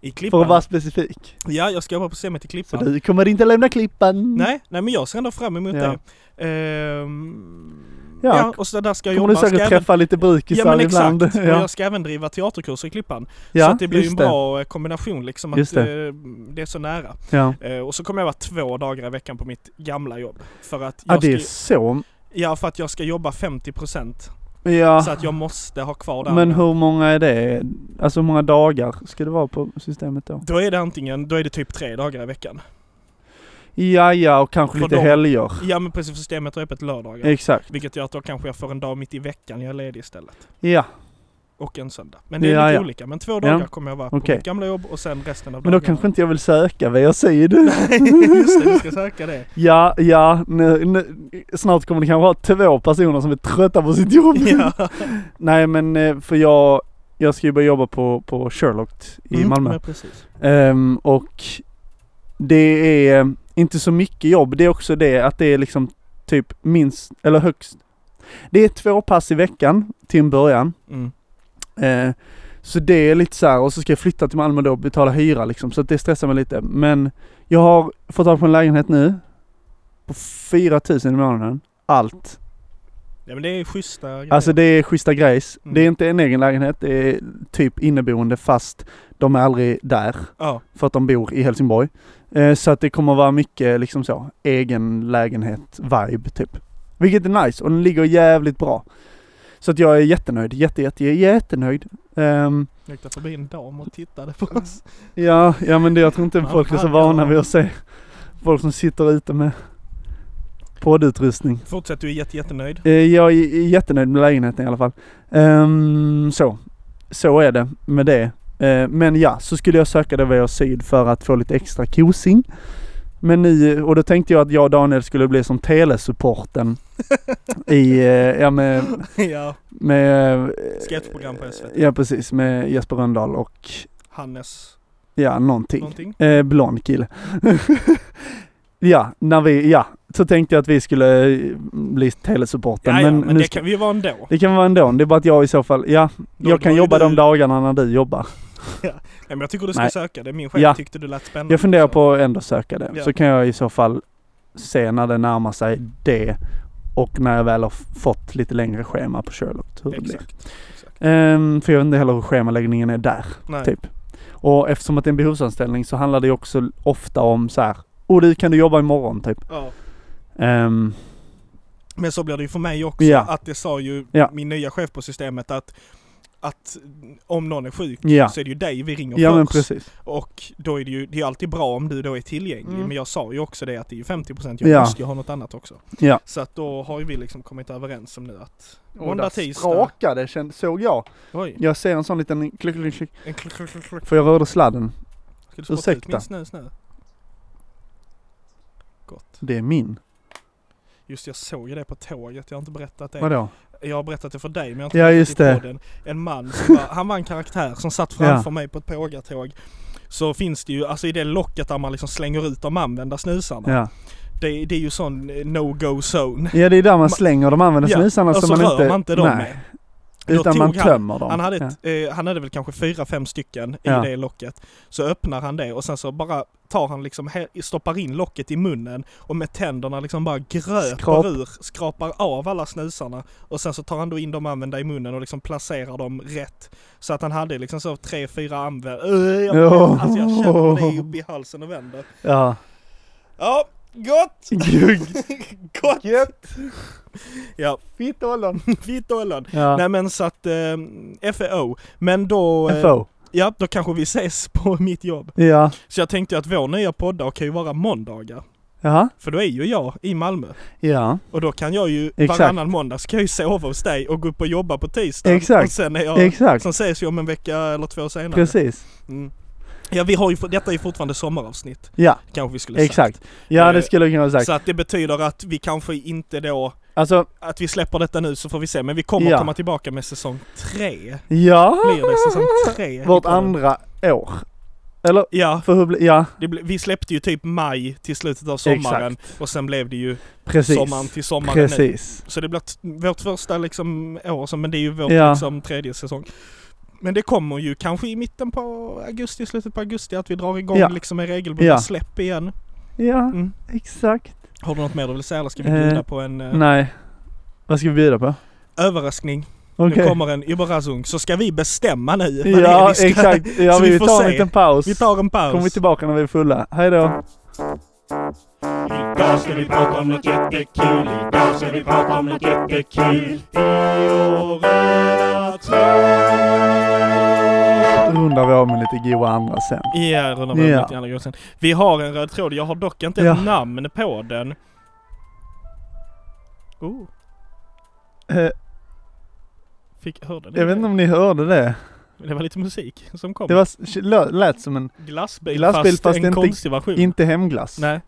B: I
A: För
B: Klippan.
A: att vara specifik.
B: Ja, jag ska jobba på Semmet i
A: Så
B: Klippan.
A: du kommer inte lämna Klippan.
B: Nej, nej men jag ser ändå fram emot
A: Ja.
B: det. Ehm,
A: Ja,
B: ja, och så där ska jag
A: Kommer
B: jobba.
A: du säkert
B: ska
A: träffa lite
B: även,
A: brukisar
B: ja, men
A: ibland.
B: exakt. Och
A: (laughs) Ja,
B: jag ska även driva teaterkurser i Klippan.
A: ja
B: så att det blir ju en
A: just
B: bra eh, kombination liksom. Att,
A: Just det.
B: det. det är så nära.
A: det. Ja.
B: Eh, och så kommer jag vara två dagar i veckan på mitt gamla jobb. För att
A: Ja,
B: jag,
A: det är
B: ska,
A: så.
B: ja, för att jag ska jobba 50% så
A: Ja.
B: att jag måste ha kvar det
A: Ah. Men
B: andra.
A: hur många är det? Alltså hur många dagar ska det vara på systemet då?
B: Då är det antingen, då är det typ tre dagar i veckan.
A: Ja, ja och kanske
B: För
A: lite
B: dem.
A: helger.
B: Ja men precis, systemet har öppet lördagar.
A: Exakt.
B: Vilket gör att då kanske jag får en dag mitt i veckan jag är ledig istället.
A: Ja.
B: Och en söndag. Men det är
A: Ja,
B: lite
A: ja.
B: olika. Men två dagar
A: Ja.
B: kommer jag vara på
A: Okej.
B: mitt gamla jobb och sen resten av
A: Men då
B: dagarna.
A: kanske inte jag vill söka VRC du.
B: (laughs) Just det, du ska
A: (laughs)
B: söka det.
A: Ja, ja, nu, nu, snart kommer det kanske vara två personer som är trötta på sitt jobb.
B: Ja.
A: Nej men eh, för jag, jag ska ju börja jobba på, på Sherlock i
B: Mm,
A: Malmö.
B: men precis.
A: Ehm, och det är inte så mycket jobb, det är också det att det är liksom typ minst, eller högst. Det är två pass i veckan till en början.
B: Mm.
A: Eh, så det är lite så här, och så ska jag flytta till Malmö då och betala hyra liksom, så att det stressar mig lite. Men jag har fått tag på en lägenhet nu. På 4000 i månaden. Allt.
B: Ja men det är schyssta grejer.
A: Alltså det är schyssta grejs.
B: Mm.
A: Det är inte en egen lägenhet, det är typ inneboende fast de är aldrig där.
B: ja.
A: För att de bor i Helsingborg. Eh, så att det kommer vara mycket liksom så, egen lägenhet vibe typ. Vilket är nice och den ligger jävligt bra. Så att jag är jättenöjd, jätte, jätte, jättenöjd. Ehm,
B: Jag gick där
A: Mm.
B: förbi en dam och tittade på oss.
A: ja, ja men det, jag tror inte
B: Ja,
A: folk är så
B: fan,
A: vana
B: ja.
A: vid att se folk som sitter ute med poddutrustning.
B: Fortsätt, du är jätte, jättenöjd.
A: Eh, Jag är jättenöjd med lägenheten i alla fall. Ehm, så. Så är det med det. Eh, men ja, så skulle jag söka det via syd för att få lite extra kosing. Men nu, och då tänkte jag att jag och Daniel skulle bli som
B: (laughs)
A: telesupporten i, eh, (laughs) ja med,
B: ja,
A: med... eh,
B: sketchprogram på SVT.
A: Ja precis, med Jesper Rönndahl och
B: Hannes
A: ja, någonting.
B: någonting.
A: Eh, blond kille. (laughs) ja, när vi, ja, så tänkte jag att vi skulle eh, bli telesupporten.
B: Ja, ja, men,
A: nu
B: det
A: ska-
B: kan vi ju vara ändå.
A: det kan vara ändå. Det är bara att jag i så fall, ja,
B: Då-
A: jag
B: då
A: kan
B: är
A: jobba
B: du-
A: de dagarna när du jobbar.
B: Nej, men jag tycker du ska
A: Nej.
B: söka det. Min chef
A: Ja.
B: tyckte du lät spännande.
A: Jag funderar
B: så.
A: på att ändå söka det.
B: Ja.
A: Så kan jag i så fall se när det närmar sig det och när jag väl har f- fått lite längre schema på Sherlock. Hur det blir.
B: Exakt. exakt.
A: Ehm, för jag vet inte heller hur schemaläggningen är där.
B: Nej.
A: Typ. Och eftersom att det är en behovsanställning så handlar det ju också ofta om så här. Oh du kan du jobba imorgon typ.
B: Ja.
A: Ehm,
B: Men så blir det ju för mig också.
A: Ja.
B: Att det sa ju
A: Ja.
B: min nya chef på systemet att, att om någon är sjuk
A: ja.
B: så är det ju dig vi ringer
A: Ja men
B: först.
A: precis.
B: Och då är det ju, det är ju alltid bra om du då är tillgänglig.
A: Mm.
B: Men jag sa ju också det att det är ju 50% jag
A: Ja.
B: måste ju ha något annat också.
A: Ja.
B: Så att då har ju vi liksom kommit överens om nu att måndag, tisdag.
A: Sprakade kände, såg jag.
B: Oj,
A: Jag ser en sån liten klick, klick, klick.
B: en klick, klick, klick, klick.
A: För jag rörde sladden.
B: Ska du spotta ut
A: Ursäkta.
B: min snus nu? Gott.
A: Det är min.
B: Just jag såg ju det på tåget, jag har inte berättat det.
A: Vadå?
B: Jag har berättat det för dig men jag har inte
A: Ja,
B: berättat
A: just
B: i
A: det.
B: podden. En man som var, han var en karaktär som satt framför mig på ett pågatåg. Så finns det ju, alltså i det locket där man liksom slänger ut de använda snusarna.
A: Ja.
B: Det, det är ju sån eh, no-go zone.
A: ja det är där man
B: Ma-
A: slänger de använda
B: Ja,
A: snusarna
B: och så
A: som Alltså, man
B: rör
A: inte...
B: man inte dem
A: nej,
B: med. Då
A: utan
B: tog
A: man
B: han-
A: tömmer dem.
B: Han hade, ett, eh, han hade väl kanske fyra, fem stycken
A: Ja.
B: i det locket. Så öppnar han det och sen så bara tar han liksom, he- stoppar in locket i munnen och med tänderna liksom bara gröper
A: Skrap.
B: ur, skrapar av alla snusarna. Och sen så tar han då in de använda i munnen och liksom placerar dem rätt. Så att han hade liksom så tre, fyra använda. Öh, jag,
A: Åh.
B: Alltså jag känner det upp i halsen och vänder. (laughs)
A: Ja.
B: Ja, gott!
A: Gugg.
B: Gott! (laughs) Ja,
A: Fitt
B: (laughs)
A: ollon.
B: vitt ollon.
A: Ja.
B: Nej men så att, eh, FAO. Men då... eh,
A: FO.
B: Ja, då kanske vi ses på (laughs) mitt jobb.
A: Ja.
B: Så jag tänkte att vår nya podd kan ju vara måndagar.
A: Jaha.
B: För då är ju jag i Malmö.
A: Ja.
B: Och då kan jag ju
A: Exakt.
B: varannan måndag ska jag ju sova hos dig och gå upp och jobba på tisdag.
A: Exakt.
B: Och sen är jag...
A: Exakt.
B: Sen ses vi om en vecka eller två senare.
A: Precis.
B: Mm. Ja, vi har ju, detta är ju fortfarande sommaravsnitt.
A: Ja.
B: Kanske vi skulle
A: Exakt. Ja
B: Eh,
A: det skulle jag kunna ha sagt.
B: sagt. Så att det betyder att vi kanske inte då,
A: Alltså,
B: att vi släpper detta nu så får vi se. Men vi kommer
A: Ja.
B: komma tillbaka med säsong tre.
A: ja.
B: Blir det
A: (laughs)
B: säsong tre? i
A: Vårt
B: podden?
A: andra år. Eller?
B: Ja,
A: För hur blir... Ja.
B: det ble, vi släppte ju typ maj till slutet av sommaren och sen blev det ju
A: Precis.
B: sommaren till sommaren nu.
A: Precis.
B: Så det blir t- vårt första liksom år, som- men det är ju vårt
A: Ja.
B: liksom tredje säsong. Men det kommer ju kanske i mitten på augusti, slutet på augusti att vi drar igång
A: Ja.
B: liksom med regelbundna
A: Ja.
B: släpp igen.
A: Ja,
B: Mm.
A: exakt.
B: Har du något mer du vill säga eller ska vi
A: Eh,
B: bjuda på en eh,
A: Nej. Vad ska vi bjuda på?
B: överraskning?
A: Okej.
B: Nu kommer en Überraschung så ska vi bestämma nu vad det är
A: Ja,
B: (laughs) vi ska-
A: exakt. Ja,
B: Så
A: vi,
B: vi får
A: tar en
B: se.
A: liten paus.
B: Vi tar en paus.
A: Kommer vi tillbaka när vi är fulla. Hej då.
C: Idag ska vi prata om något jättekul. Idag ska vi prata om något jättekul. Fiorella
A: rundar vi av med lite goa andra sen.
B: Ja, rullar
A: Ja.
B: yeah. andra gången sen. Vi har en röd tråd. Jag har dock inte
A: Ja.
B: ett namn på den. Oh,
A: Eh,
B: fick, hörde ni?
A: jag vet inte om ni hörde det.
B: Det var lite musik som kom.
A: Det var, s- lö- lät som en,
B: glassbil,
A: glassbil
B: fast,
A: fast
B: en
A: inte-
B: konstig version.
A: inte hemglass.
B: Mm. Nej.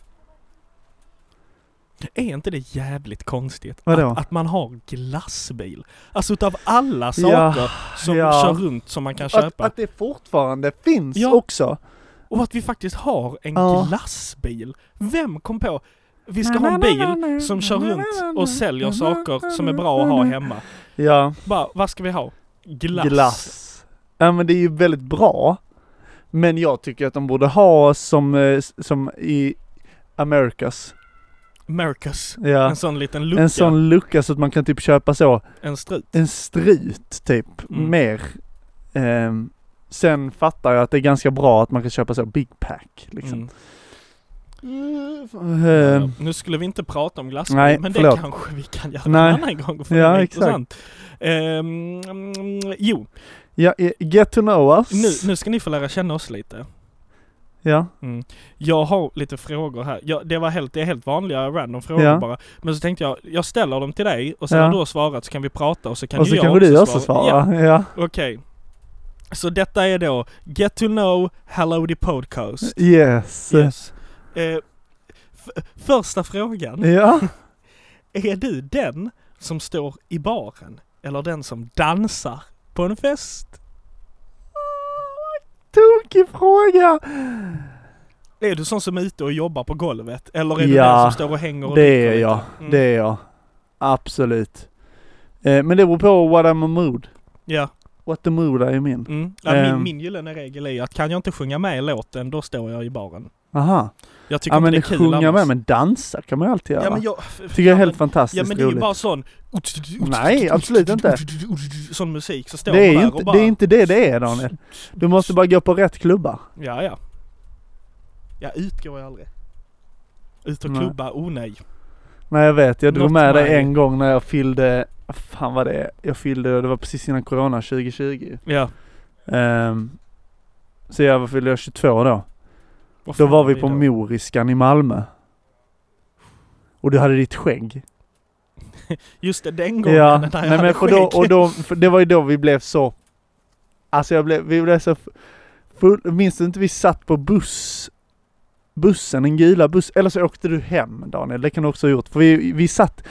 B: Är inte det jävligt konstigt?
A: Vadå?
B: Att, att man har glassbil. Alltså utav alla saker
A: Ja,
B: som
A: ja.
B: kör runt som man kan
A: Att,
B: köpa.
A: att det fortfarande finns
B: Ja.
A: också.
B: Och att vi faktiskt har en
A: Ja.
B: glassbil. Vem kom på vi ska ha en bil som kör runt och säljer saker som är bra att ha hemma.
A: Ja,
B: Bara, vad ska vi ha? Glass.
A: glass. Ja men det är ju väldigt bra. Men jag tycker att de borde ha oss som, eh, s- som i Americas.
B: Mercus.
A: Ja.
B: En sån liten lucka.
A: En sån lucka så att man kan typ köpa så
B: En strut.
A: en strut typ,
B: Mm.
A: mer. Ehm, sen fattar jag att det är ganska bra att man kan köpa så big pack liksom.
B: Mm.
A: Ehm,
B: nu skulle vi inte prata om glassbil,
A: Nej,
B: men
A: förlåt.
B: det kanske vi kan göra
A: Nej.
B: en annan gång. För
A: Ja,
B: det är
A: exakt.
B: intressant. Ehm, mm, jo,
A: ja, eh, get to know us.
B: nu, nu ska ni få lära känna oss lite.
A: Ja,
B: Jag har lite frågor här. Jag, det, var helt, det är helt vanliga random frågor
A: Ja.
B: bara. Men så tänkte jag, jag ställer dem till dig och sen
A: Ja.
B: när du har svarat så kan vi prata och så kan
A: och
B: ju
A: så
B: jag
A: kanske
B: också
A: du också
B: Ja,
A: svarar. Ja.
B: Okej. Så detta är då Get to know Hello the Podcast.
A: Yes.
B: Yes. Eh, f- första frågan.
A: Ja.
B: Är du den som står i baren? Eller den som dansar på en fest?
A: (laughs) Tokig fråga!
B: Är du sån som är ute och jobbar på golvet? Eller är du
A: Ja,
B: den som står och hänger och
A: Det
B: dricker
A: är
B: lite?
A: jag.
B: Mm.
A: Det är jag. Absolut. Eh, men det beror på what I'm a mood.
B: Ja.
A: What the mood är min.
B: Mm. Nej,
A: Ehm.
B: min, min gyllene regel är att kan jag inte sjunga med i låten, då står jag i baren.
A: Aha.
B: Jag tycker
A: Ja
B: inte
A: men
B: det är
A: det
B: kul
A: sjunga
B: annars.
A: med, men dansa kan man ju alltid göra.
B: Ja men jag...
A: Tycker jag är helt
B: Ja
A: fantastiskt
B: men det är ju
A: roligt.
B: bara sån...
A: Nej, absolut inte.
B: Sån musik, så står
A: Det är,
B: man
A: ju
B: där
A: inte,
B: och bara...
A: det är inte det det är Daniel. Du måste bara gå på rätt klubbar.
B: Ja, ja. Ja, ut går jag aldrig. Ut och
A: Nej.
B: klubba, oh nej.
A: Nej jag vet, jag drog
B: Något
A: med dig
B: med-
A: en gång när jag fyllde, vad fan var det? Jag fyllde, det var precis innan Corona 2020.
B: Ja.
A: Ehm, så jag var- fyllde jag 22 då.
B: Vad
A: Då
B: fan
A: var vi på
B: då?
A: Moriskan i Malmö. Och du hade ditt skägg.
B: Just det, den gången
A: Ja,
B: när jag
A: nej men
B: hade
A: för då,
B: skägg.
A: och då, för det var ju då vi blev så, alltså jag blev, vi blev så f- full, minns du inte vi satt på buss, bussen, den gula bussen, eller så åkte du hem Daniel, det kan du också ha gjort, för vi, vi satt,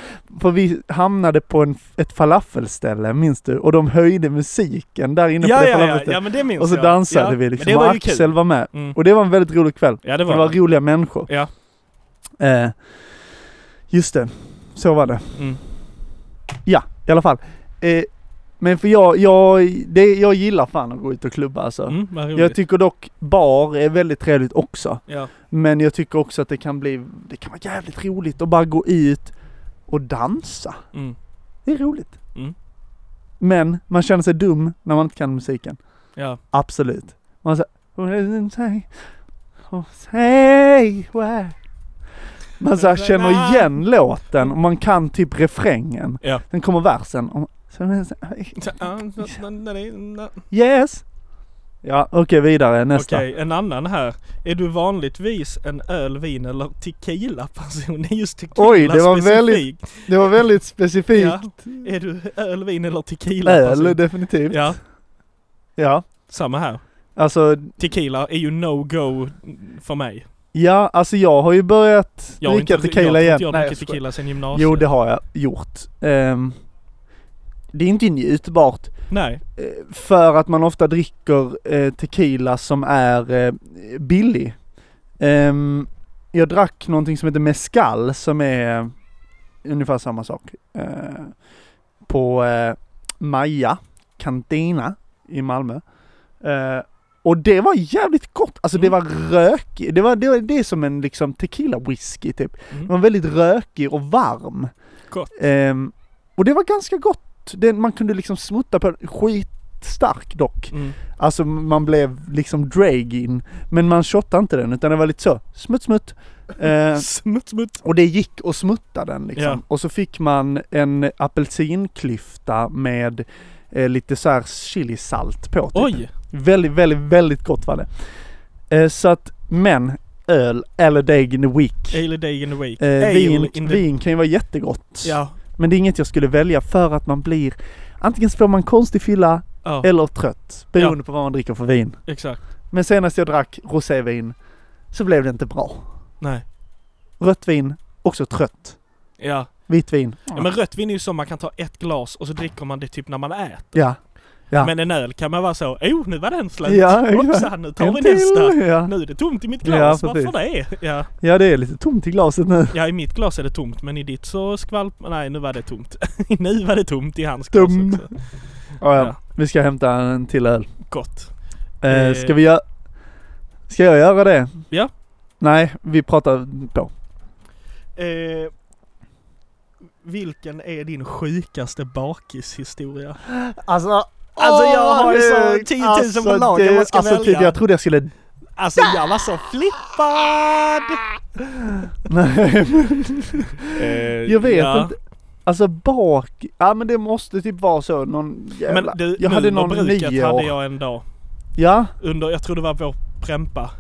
A: för vi hamnade på en, ett falafelställe, minns du? Och de höjde musiken där inne
B: ja,
A: på det
B: ja, ja,
A: falafelstället.
B: ja, men det minns jag.
A: och så dansade
B: ja.
A: vi
B: men
A: liksom, och
B: det var ju kul.
A: Axel var med.
B: Mm.
A: Och det var en väldigt rolig kväll.
B: Ja, det
A: Det var,
B: var det.
A: roliga människor.
B: Ja.
A: Eh, just det, så var det.
B: Mm.
A: Ja, i alla fall. Eh, men för jag, jag, det, jag gillar fan att gå ut och klubba alltså.
B: Mm, vad roligt.
A: Jag tycker dock bar är väldigt trevligt också.
B: ja.
A: Men jag tycker också att det kan bli, det kan vara jävligt roligt att bara gå ut och dansa.
B: Mm.
A: Det är roligt.
B: Mm.
A: Men man känner sig dum när man inte kan musiken.
B: Ja.
A: Absolut. Man säger... Oh, say where. Man så här känner igen låten och man kan typ refrängen.
B: Ja.
A: Sen kommer versen. och-
B: Okej,
A: Yes! Ja, okej vidare nästa.
B: en annan här. Är du vanligtvis en öl, vin eller tequila-person? Det är just tequila
A: Oj, det var
B: specifikt.
A: väldigt- Det var väldigt specifikt. alltså.
B: Ja. Är du öl, vin eller tequila-person?
A: Öl, definitivt.
B: Ja,
A: ja.
B: samma här.
A: Alltså,
B: Tequila är ju no-go för mig.
A: ja, alltså jag har ju börjat
B: Jag har
A: dricka
B: inte,
A: tequila
B: jag, tror
A: igen.
B: inte Jag
A: Nej,
B: har
A: jag
B: druckit
A: skojar.
B: tequila sedan gymnasiet.
A: Jo, det har jag gjort. Ehm, det är inte njutbart
B: Nej.
A: eh, för att man ofta dricker eh, tequila som är eh, billig. Ehm, jag drack någonting som heter mezcal som är ungefär samma sak. Eh, på eh, Maja Cantina i Malmö. Eh, och det var jävligt gott! Alltså det
B: Mm.
A: var rökigt. Det var, det var det är som en liksom tequila whisky typ.
B: Mm.
A: Den var väldigt rökig och varm.
B: Gott.
A: Ehm, och det var ganska gott. Det, man kunde liksom smutta på den. Skitstark dock.
B: Mm.
A: Alltså man blev liksom dragin. Men man shottade inte den utan det var lite så smutt smutt. Ehm,
B: Smutt, smutt.
A: och det gick att smutta den liksom.
B: Ja.
A: Och så fick man en apelsinklyfta med eh, lite så här chilisalt på. Typ.
B: Oj!
A: Väldigt, väldigt, väldigt gott var det. Eh, så att, men öl eller dag in the week.
B: Ale a day in the week.
A: Eh,
B: Ale
A: vin,
B: in the...
A: vin kan ju vara jättegott.
B: Ja.
A: Men det är inget jag skulle välja för att man blir Antingen så får man konstig fylla
B: ja,
A: eller trött beroende på vad man dricker för vin.
B: exakt.
A: Men senast jag drack rosévin så blev det inte bra.
B: Nej.
A: Rött vin, också trött.
B: Ja.
A: Vitt vin,
B: ja, men rött vin är ju så man kan ta ett glas och så dricker man det typ när man äter.
A: ja. Ja.
B: Men en öl kan man vara så, oh nu var den slut.
A: Ja,
B: (laughs)
A: exakt.
B: Hoppsan, nu tar
A: En
B: vi
A: till,
B: nästa.
A: Ja.
B: Nu är det tomt i mitt
A: Ja,
B: glas,
A: precis.
B: varför det? Ja.
A: ja, det är lite tomt i glaset nu.
B: ja, i mitt glas är det tomt men i ditt så skvalp... Nej, nu var det tomt. (laughs) nu var det tomt i hans
A: Dum.
B: glas också.
A: Ja, ja.
B: Ja.
A: Vi ska hämta en till öl.
B: Gott.
A: Eh,
B: Eh.
A: ska vi göra... Ska jag göra det?
B: Ja.
A: Nej, vi pratar på.
B: Eh, vilken är din sjukaste bakishistoria?
A: Alltså,
B: Alltså, jag har ju så 10 000 på lager, vad ska jag
A: alltså,
B: välja?
A: typ, Jag trodde jag skulle... (laughs)
B: Alltså jag var så flippad!
A: Nej, men- Jag vet
B: ja.
A: inte. Alltså bak... Ja men det måste typ vara så någon jävla...
B: Men du,
A: jag hade någon
B: bruket
A: nio år.
B: hade jag en dag.
A: Ja,
B: Under, jag tror det var vår prempa.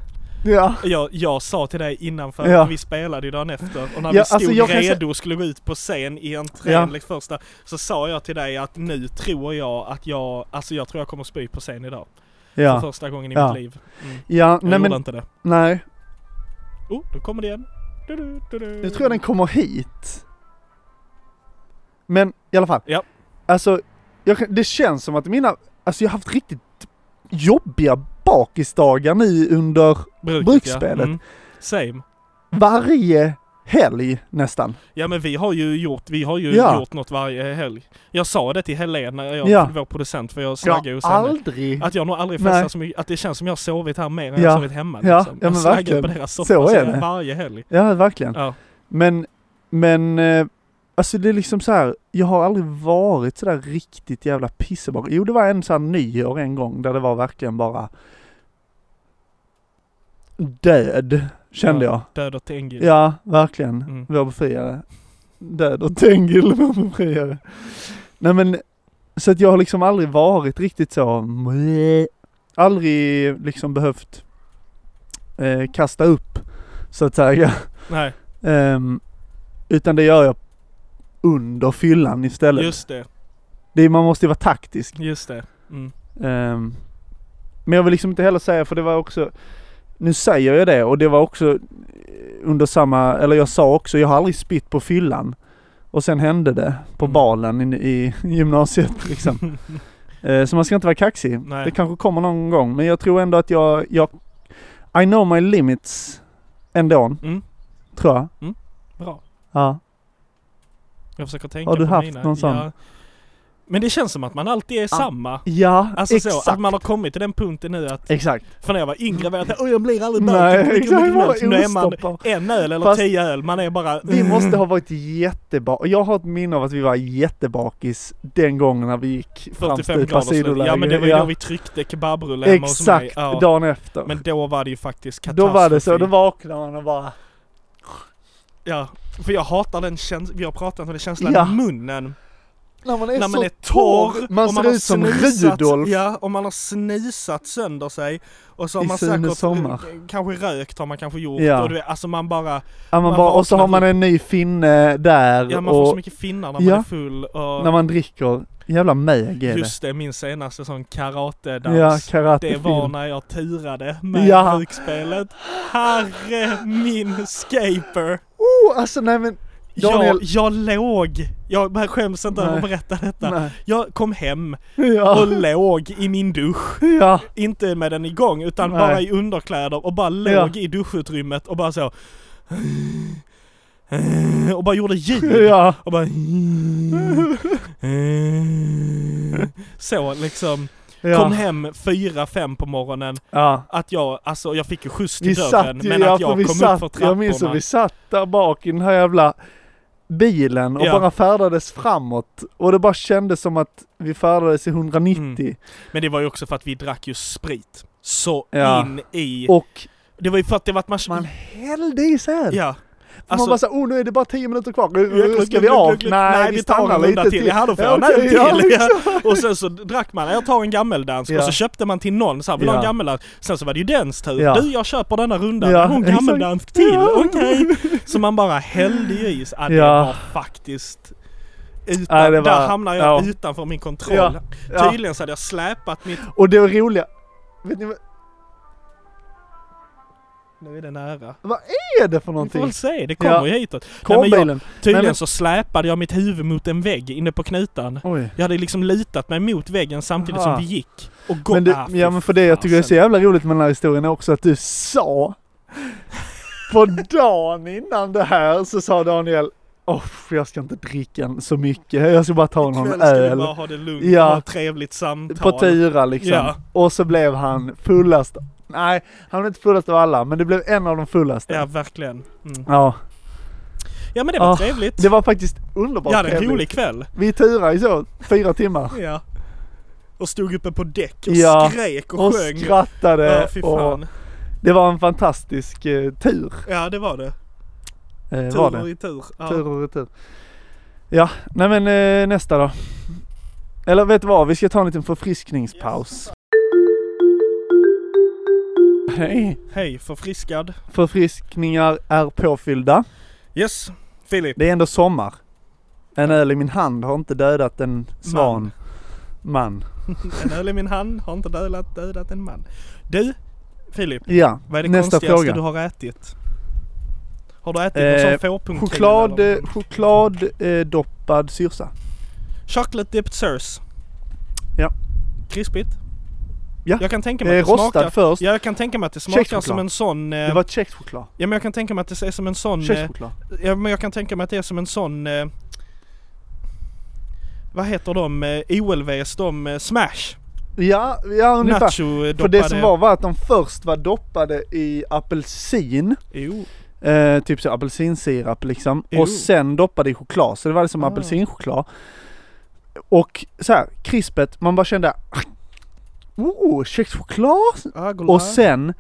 A: Ja.
B: Jag, jag sa till dig innan för
A: Ja.
B: vi spelade ju dagen efter och när
A: Ja,
B: vi stod
A: alltså, jag kan
B: redo och skulle gå ut på scen i entrén
A: Ja.
B: liksom första så sa jag till dig att nu tror jag att jag, alltså jag tror jag kommer spy på scen idag. För
A: Ja.
B: första gången i
A: Ja.
B: mitt liv. Mm.
A: Ja,
B: Alltså, Jag
A: nej
B: gjorde
A: men,
B: inte det.
A: nej.
B: Oh, då kommer det igen. Du, du, du, du.
A: Nu tror jag den kommer hit. Men i alla fall.
B: Ja.
A: Alltså, jag, kan- det känns som att mina, alltså jag har haft riktigt jobbiga bakisdagar nu under
B: Bruket,
A: bruksspelet.
B: Ja. Mm. Same.
A: varje helg nästan.
B: Ja men vi har ju gjort, vi har ju
A: Ja.
B: gjort något varje helg. Jag sa det till Helena, jag,
A: Ja.
B: vår producent, för jag
A: Jag
B: snaggade
A: har
B: hos henne.
A: aldrig
B: Att jag nog aldrig
A: Nej.
B: festat så mycket, att det känns som jag har sovit här mer än
A: Ja.
B: jag har sovit hemma.
A: Ja,
B: Liksom.
A: ja, men
B: jag snaggar
A: verkligen.
B: på deras soffa
A: Så
B: så
A: är
B: är
A: det.
B: varje helg.
A: Ja, verkligen.
B: Ja.
A: Men, men, eh, alltså det är liksom så här, jag har aldrig varit så där riktigt jävla pissebar. Jo, det var en sån här nyår en gång där det var verkligen bara död, kände
B: Ja, Död och
A: jag.
B: Tengil.
A: Ja, verkligen.
B: Mm.
A: Vår befriare. Död och Tengil, vår befriare. Nej men, så att jag har liksom aldrig varit riktigt så, meh. aldrig liksom behövt eh, kasta upp, så att säga.
B: Nej,
A: Ehm, utan det gör jag under fyllan istället.
B: just det.
A: Det, är- man måste ju vara taktisk.
B: Just det. Mm.
A: Ehm, men jag vill liksom inte heller säga, för det var också... Nu säger jag det och det var också eh, under samma... Eller jag sa också, jag har aldrig spytt på fyllan. Och sen hände det på
B: Mm.
A: balen i, i gymnasiet liksom.
B: (laughs)
A: Eh, så man ska inte vara kaxig.
B: Nej.
A: Det kanske kommer någon gång, men jag tror ändå att jag... jag I know my limits ändå,
B: Mm.
A: tror jag.
B: Bra.
A: Ja.
B: Jag försöker tänka
A: Har du
B: på
A: haft
B: mina.
A: någon sån?
B: Ja. Men det känns som att man alltid är samma.
A: Ja,
B: Alltså
A: exakt.
B: så, att man har kommit till den punkten nu att,
A: Exakt.
B: för när jag var yngre var jag att "Åh, jag blir aldrig
A: Nej,
B: bög,
A: exakt, jag var
B: Nu är man
A: ostoppbar.
B: en öl eller
A: Fast-
B: tio öl, man är bara... "Mm,
A: Vi måste ha varit jättebakis. Jag har ett minne av att vi var jättebakis den gången när vi gick fram
B: 45
A: till
B: grader slut.
A: Pasidoläge.
B: Ja men det var ju då vi tryckte kebabrullen hemma hos mig.
A: Exakt,
B: Ja.
A: dagen efter.
B: Men då var det ju faktiskt
A: då
B: katastrof.
A: var det så, då vaknade man och bara...
B: Ja, för jag hatar den känslan, vi har pratat om den känslan
A: Ja.
B: i munnen.
A: När man är
B: När
A: så
B: man är torr,
A: man
B: och
A: ser
B: har
A: ut som
B: snusat-
A: Rudolf.
B: Ja, och man har snusat sönder sig. Och så har
A: I
B: man
A: Sunes
B: säkert,
A: sommar.
B: eh, kanske rökt har man kanske gjort.
A: Ja.
B: Och du vet, alltså man bara,
A: Ja, man
B: man
A: bara, och så har
B: vaknar
A: man en ny finne där
B: ja man får så
A: och
B: mycket finnar när
A: Ja.
B: man är full. Och
A: när man dricker, jävla mög är det.
B: just det, min senaste sån karatedans.
A: Ja,
B: Det
A: karatefilm.
B: var när jag turade med
A: Ja.
B: brukspelet. Herre min skaper!
A: Oh, alltså nej men... Daniel...
B: Jag, jag låg! Jag jag skäms inte över
A: Nej.
B: att berätta detta.
A: Nej.
B: Jag kom hem
A: Ja,
B: och låg i min dusch.
A: ja.
B: Inte med den igång utan
A: Nej.
B: bara i underkläder och bara låg
A: Ja.
B: i duschutrymmet och bara så... Och bara gjorde
A: (laughs)
B: ljud.
A: Ja.
B: Och bara...
A: Mm.
B: Så liksom.
A: Ja.
B: Kom hem fyra fem på morgonen.
A: ja.
B: Att jag, alltså jag fick ju skjuts till
A: Vi
B: dörren
A: satt ju,
B: men
A: ja,
B: att jag
A: för
B: kom
A: vi
B: upp
A: satt,
B: för trapporna.
A: jag minns hur vi satt där bak i den här jävla bilen och
B: Ja.
A: bara färdades framåt. Och det bara kändes som att vi färdades i 190.
B: Mm. Men det var ju också för att vi drack ju sprit. Så
A: Ja.
B: in i...
A: Och
B: Det var ju för att det var att man...
A: man hällde i sig öl.
B: Ja.
A: För Man
B: Alltså-
A: bara såhär, oh nu är det bara 10 minuter kvar, ska vi av? Nej, vi
B: tar
A: stannar
B: en runda
A: lite
B: till.
A: till.
B: Ja, då får
A: Ja,
B: jag en öl
A: okej, ja,
B: till. Ja.
A: liksom.
B: (laughs) Och sen så drack man, jag tar en gammeldansk.
A: Ja.
B: Och så köpte man till någon, så här, vill du ha
A: Ja.
B: en gammeldansk? Sen så var det ju dens tur.
A: Ja.
B: Du, jag köper denna runda.
A: Ja,
B: Ja, hon
A: exakt.
B: gammeldansk till,
A: Ja.
B: okej. Så man bara hällde ju i sig. Ja, det
A: Ja.
B: var faktiskt... Utan,
A: Ja, det var-
B: där hamnar jag
A: ja.
B: utanför min kontroll.
A: Ja, ja.
B: Tydligen så hade jag släpat mitt...
A: Och det var roliga, vet ni vad,
B: Nu är det nära.
A: vad är det för
B: Vi får
A: någonting?
B: väl se, det kommer
A: Ja.
B: ju hitåt. Nej, men jag-
A: Korvbilen?
B: Tydligen
A: Nej, men-
B: så släpade jag mitt huvud mot en vägg inne på knutan.
A: Oj.
B: Jag hade liksom litat mig mot väggen samtidigt
A: Aha.
B: som vi gick. Och gått
A: Men det, ja men för det jag tycker är så jävla roligt med den här historien är också att du (laughs) sa på dagen innan det här så sa Daniel Åh, jag ska inte dricka en så mycket, jag ska bara ta någon
B: Ikväll ska vi
A: öl.
B: bara ha det lugnt
A: Ja.
B: och ha ett trevligt samtal.
A: På Tyra liksom.
B: Ja.
A: Och så blev han fullast. Nej, han blev inte fullast av alla, men det blev en av de fullaste.
B: Ja, verkligen. Mm.
A: Ja.
B: Ja men det var
A: Ah,
B: trevligt.
A: Det var faktiskt underbart
B: jag hade en
A: trevligt.
B: rolig kväll.
A: Vi turade i så fyra timmar.
B: Ja. Och stod uppe på däck och
A: Ja.
B: skrek och,
A: Och
B: sjöng.
A: skrattade.
B: ja, fy
A: och
B: fan.
A: det var en fantastisk eh, tur.
B: Ja, det var det.
A: Eh, var det.
B: Tur i tur. Ja.
A: Tur och retur. Ja, nej men eh, nästa då. Eller vet du vad, vi ska ta en liten förfriskningspaus. Hej!
B: Hej, förfriskad.
A: Förfriskningar är påfyllda.
B: Yes, Filip.
A: Det är ändå sommar. En öl i min hand har inte dödat en svan. Man.
B: En öl i min hand har inte dödat, dödat en man. Du, Filip.
A: Ja,
B: Vad är det
A: nästa
B: konstigaste
A: fråga.
B: du har ätit? Har du ätit
A: Eh,
B: någon sån fårpunkkula?
A: Choklad,
B: eller
A: eh,
B: något?
A: chokladdoppad syrsa.
B: Chocolate dipped sirs.
A: Ja.
B: Krispigt.
A: Ja.
B: Jag kan tänka mig
A: Eh,
B: att det
A: rostad
B: smakar...
A: först.
B: Ja, jag kan tänka mig att det smakar
A: Kexchoklad.
B: som en sån... Eh,
A: Det var tjeckisk choklad.
B: Ja, men jag kan tänka mig att det är som en sån... Eh,
A: Köttchoklad.
B: ja, men jag kan tänka mig att det är som en sån... Eh, vad heter de? Eh, OLVs, de eh, Smash.
A: Ja, ja ungefär.
B: Nacho
A: För det som var var att de först var doppade i apelsin.
B: Jo.
A: Eh, typ så apelsinsirap liksom.
B: Jo.
A: Och sen doppade i choklad. Så det var liksom
B: Ah.
A: apelsinchoklad. Och så här, krispet, man bara kände "Ah, Oh, kexchoklad!
B: Agola.
A: Och sen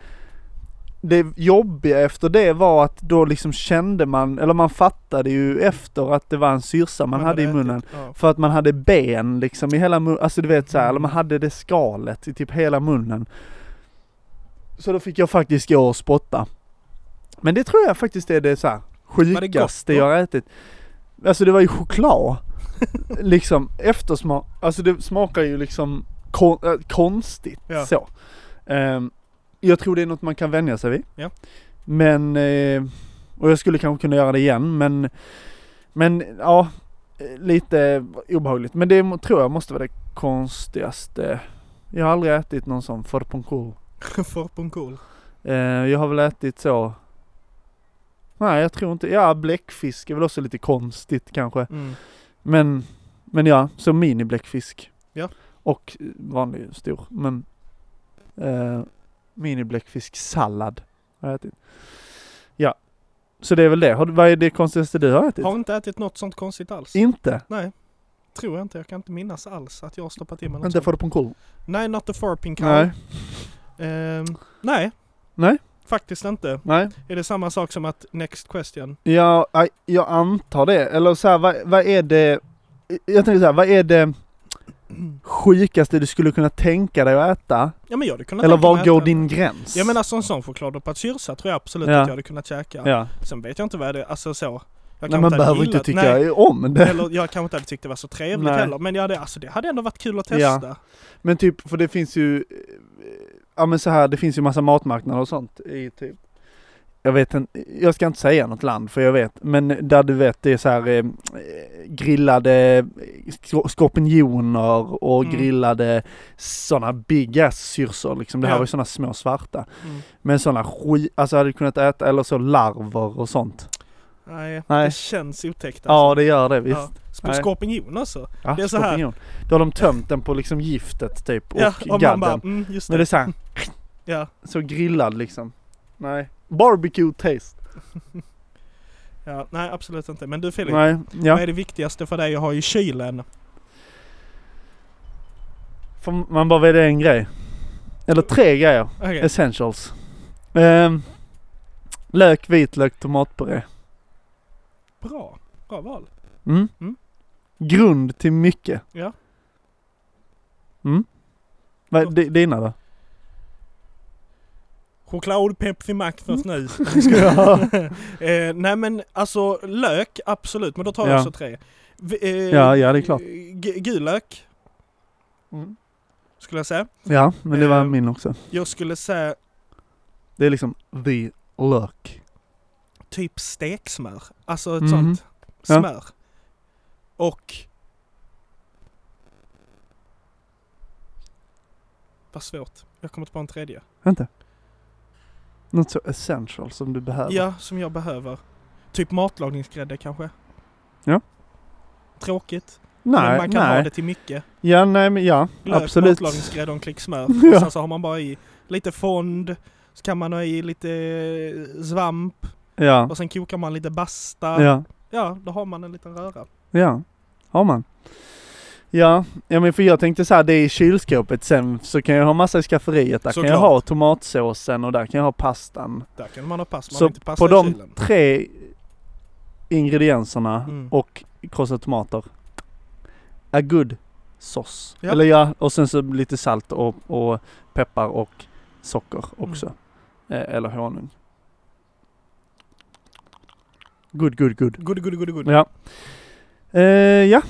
A: det jobbiga efter det var att då liksom kände man, eller man fattade ju efter att det var en syrsa man, hade i
B: ätit.
A: munnen.
B: Ja.
A: För att man hade ben liksom i hela munnen, alltså du vet så här, eller man hade det skalet i typ hela munnen. Så då fick jag faktiskt gå och spotta. Men det tror jag faktiskt är det så här
B: det gott
A: sjukaste
B: då?
A: jag har ätit. Alltså det var ju
B: (laughs)
A: choklad. liksom eftersmak, alltså det smakar ju liksom kon, äh, konstigt
B: Ja.
A: så. Ehm, jag tror det är något man kan vänja sig vid.
B: Ja.
A: Men, eh, och jag skulle kanske kunna göra det igen men, men ja, eh, lite obehagligt. Men det må- tror jag måste vara det konstigaste. Jag har aldrig ätit någon sån förponkol.
B: (laughs) För på en cool.
A: Eh, jag har väl ätit så. Nej, jag tror inte. Ja, bläckfisk är väl också lite konstigt kanske.
B: Mm.
A: Men, men ja, så mini-bläckfisk.
B: Ja.
A: Och eh, vanlig stor. Men eh, mini-bläckfisk-sallad har jag ätit. Ja, så det är väl det. Har, du- vad är det konstigaste du har ätit?
B: Har inte ätit något sånt konstigt alls.
A: Inte?
B: Nej. Tror jag inte. Jag kan inte minnas alls att jag har stoppat i mig något
A: Inte
B: sånt.
A: för punkol?
B: Nej, not the far pink
A: Nej,
B: Nej. nej.
A: Nej.
B: Faktiskt inte.
A: nej.
B: Är det samma sak som att next question?
A: Ja, aj, jag antar det. Eller så här, vad, vad är det... Jag tänker så här, vad är det sjukaste du skulle kunna tänka dig att äta?
B: Ja men jag hade kunnat
A: Eller
B: tänka mig
A: var
B: att
A: går
B: äta-
A: din gräns?
B: Ja men alltså en sån chokladdoppad syrsa tror jag absolut
A: Ja.
B: att jag hade kunnat käka.
A: ja.
B: Sen vet jag inte vad det är, alltså så. Jag kanske
A: Nej, man
B: hade
A: behöver inte
B: gillat-
A: tycka
B: Nej,
A: om det.
B: Eller jag kanske inte hade tyckt det var så trevligt
A: Nej.
B: heller. Men jag hade, alltså, det hade ändå varit kul att
A: Ja.
B: testa.
A: Men typ, för det finns ju, eh, ja men så här, det finns ju massa matmarknader och sånt i typ, jag vet inte, jag ska inte säga något land för jag vet, men där du vet det är så här eh, grillade skor- skorpioner och
B: Mm.
A: grillade sådana big ass syrsor liksom. Det här
B: Ja.
A: var ju sådana små svarta.
B: Mm.
A: Men sådana skit, alltså hade du kunnat äta eller så larver och sånt.
B: Nej,
A: Nej.
B: det känns otäckt alltså.
A: Ja det gör det visst.
B: Ja. Sp-
A: Nej.
B: Skorpion alltså.
A: Ja,
B: Det är så här.
A: skorpion. Då har de tömt den på liksom giftet typ och
B: Ja, och man
A: gadden.
B: bara, mm, just
A: Men det är
B: det.
A: så här,
B: Ja,
A: Så grillad liksom. Nej. Barbecue taste.
B: ja, nej absolut inte. Men du Filip,
A: Nej,
B: vad
A: ja.
B: är det viktigaste för dig att ha i kylen?
A: Får man bara välja en grej. Eller tre grejer.
B: Okej.
A: Essentials. Ehm, lök, vitlök, tomatpuré.
B: Bra, bra val.
A: Mm.
B: Mm.
A: Grund till mycket.
B: Ja.
A: Mm. Vad är
B: Gott.
A: di- dina då?
B: Choklad, Pepsi Max
A: (laughs)
B: först nu.
A: Mm. ja.
B: (laughs) eh, nej men alltså lök, absolut. Men då tar jag
A: Ja.
B: också tre. V- eh,
A: ja, ja det är klart.
B: G- gul lök, skulle jag säga.
A: Ja, men det var
B: Mm. Ehm.
A: min också.
B: Jag skulle säga
A: Det är liksom the lök.
B: typ steksmör. Alltså ett
A: Mhm.
B: sånt
A: Ja.
B: smör. Och... Vad svårt. Jag kommer inte på en tredje.
A: Vänta. Något så essential som du behöver.
B: Ja, som jag behöver. Typ matlagningsgrädde kanske.
A: Ja.
B: Tråkigt. men
A: Nej,
B: man kan
A: nej.
B: ha det till mycket.
A: Ja, nej men ja.
B: Lök,
A: absolut.
B: matlagningsgrädde och en
A: (laughs)
B: klick smör.
A: Ja.
B: Och sen så har man bara i lite fond. Så kan man ha i lite eh, svamp.
A: Ja.
B: Och sen kokar man lite basta.
A: Ja.
B: ja, då har man en liten röra.
A: Ja. Har man. Ja, ja men för jag tänkte så här, det är i kylskåpet sen så kan jag ha massa i skafferiet. Där kan jag
B: Såklart.
A: ha tomatsåsen och där kan jag ha pastan.
B: Där kan man ha pass, man
A: Så
B: har inte pass
A: på
B: i
A: de
B: kylen.
A: tre ingredienserna
B: Mm.
A: och krossade tomater. A good sauce.
B: Ja. Mm.
A: Eller ja, och sen så lite salt och, och peppar och socker också. eh, eller honung. Good, good, good.
B: Good, good, good, good.
A: Ja. Eh, ja.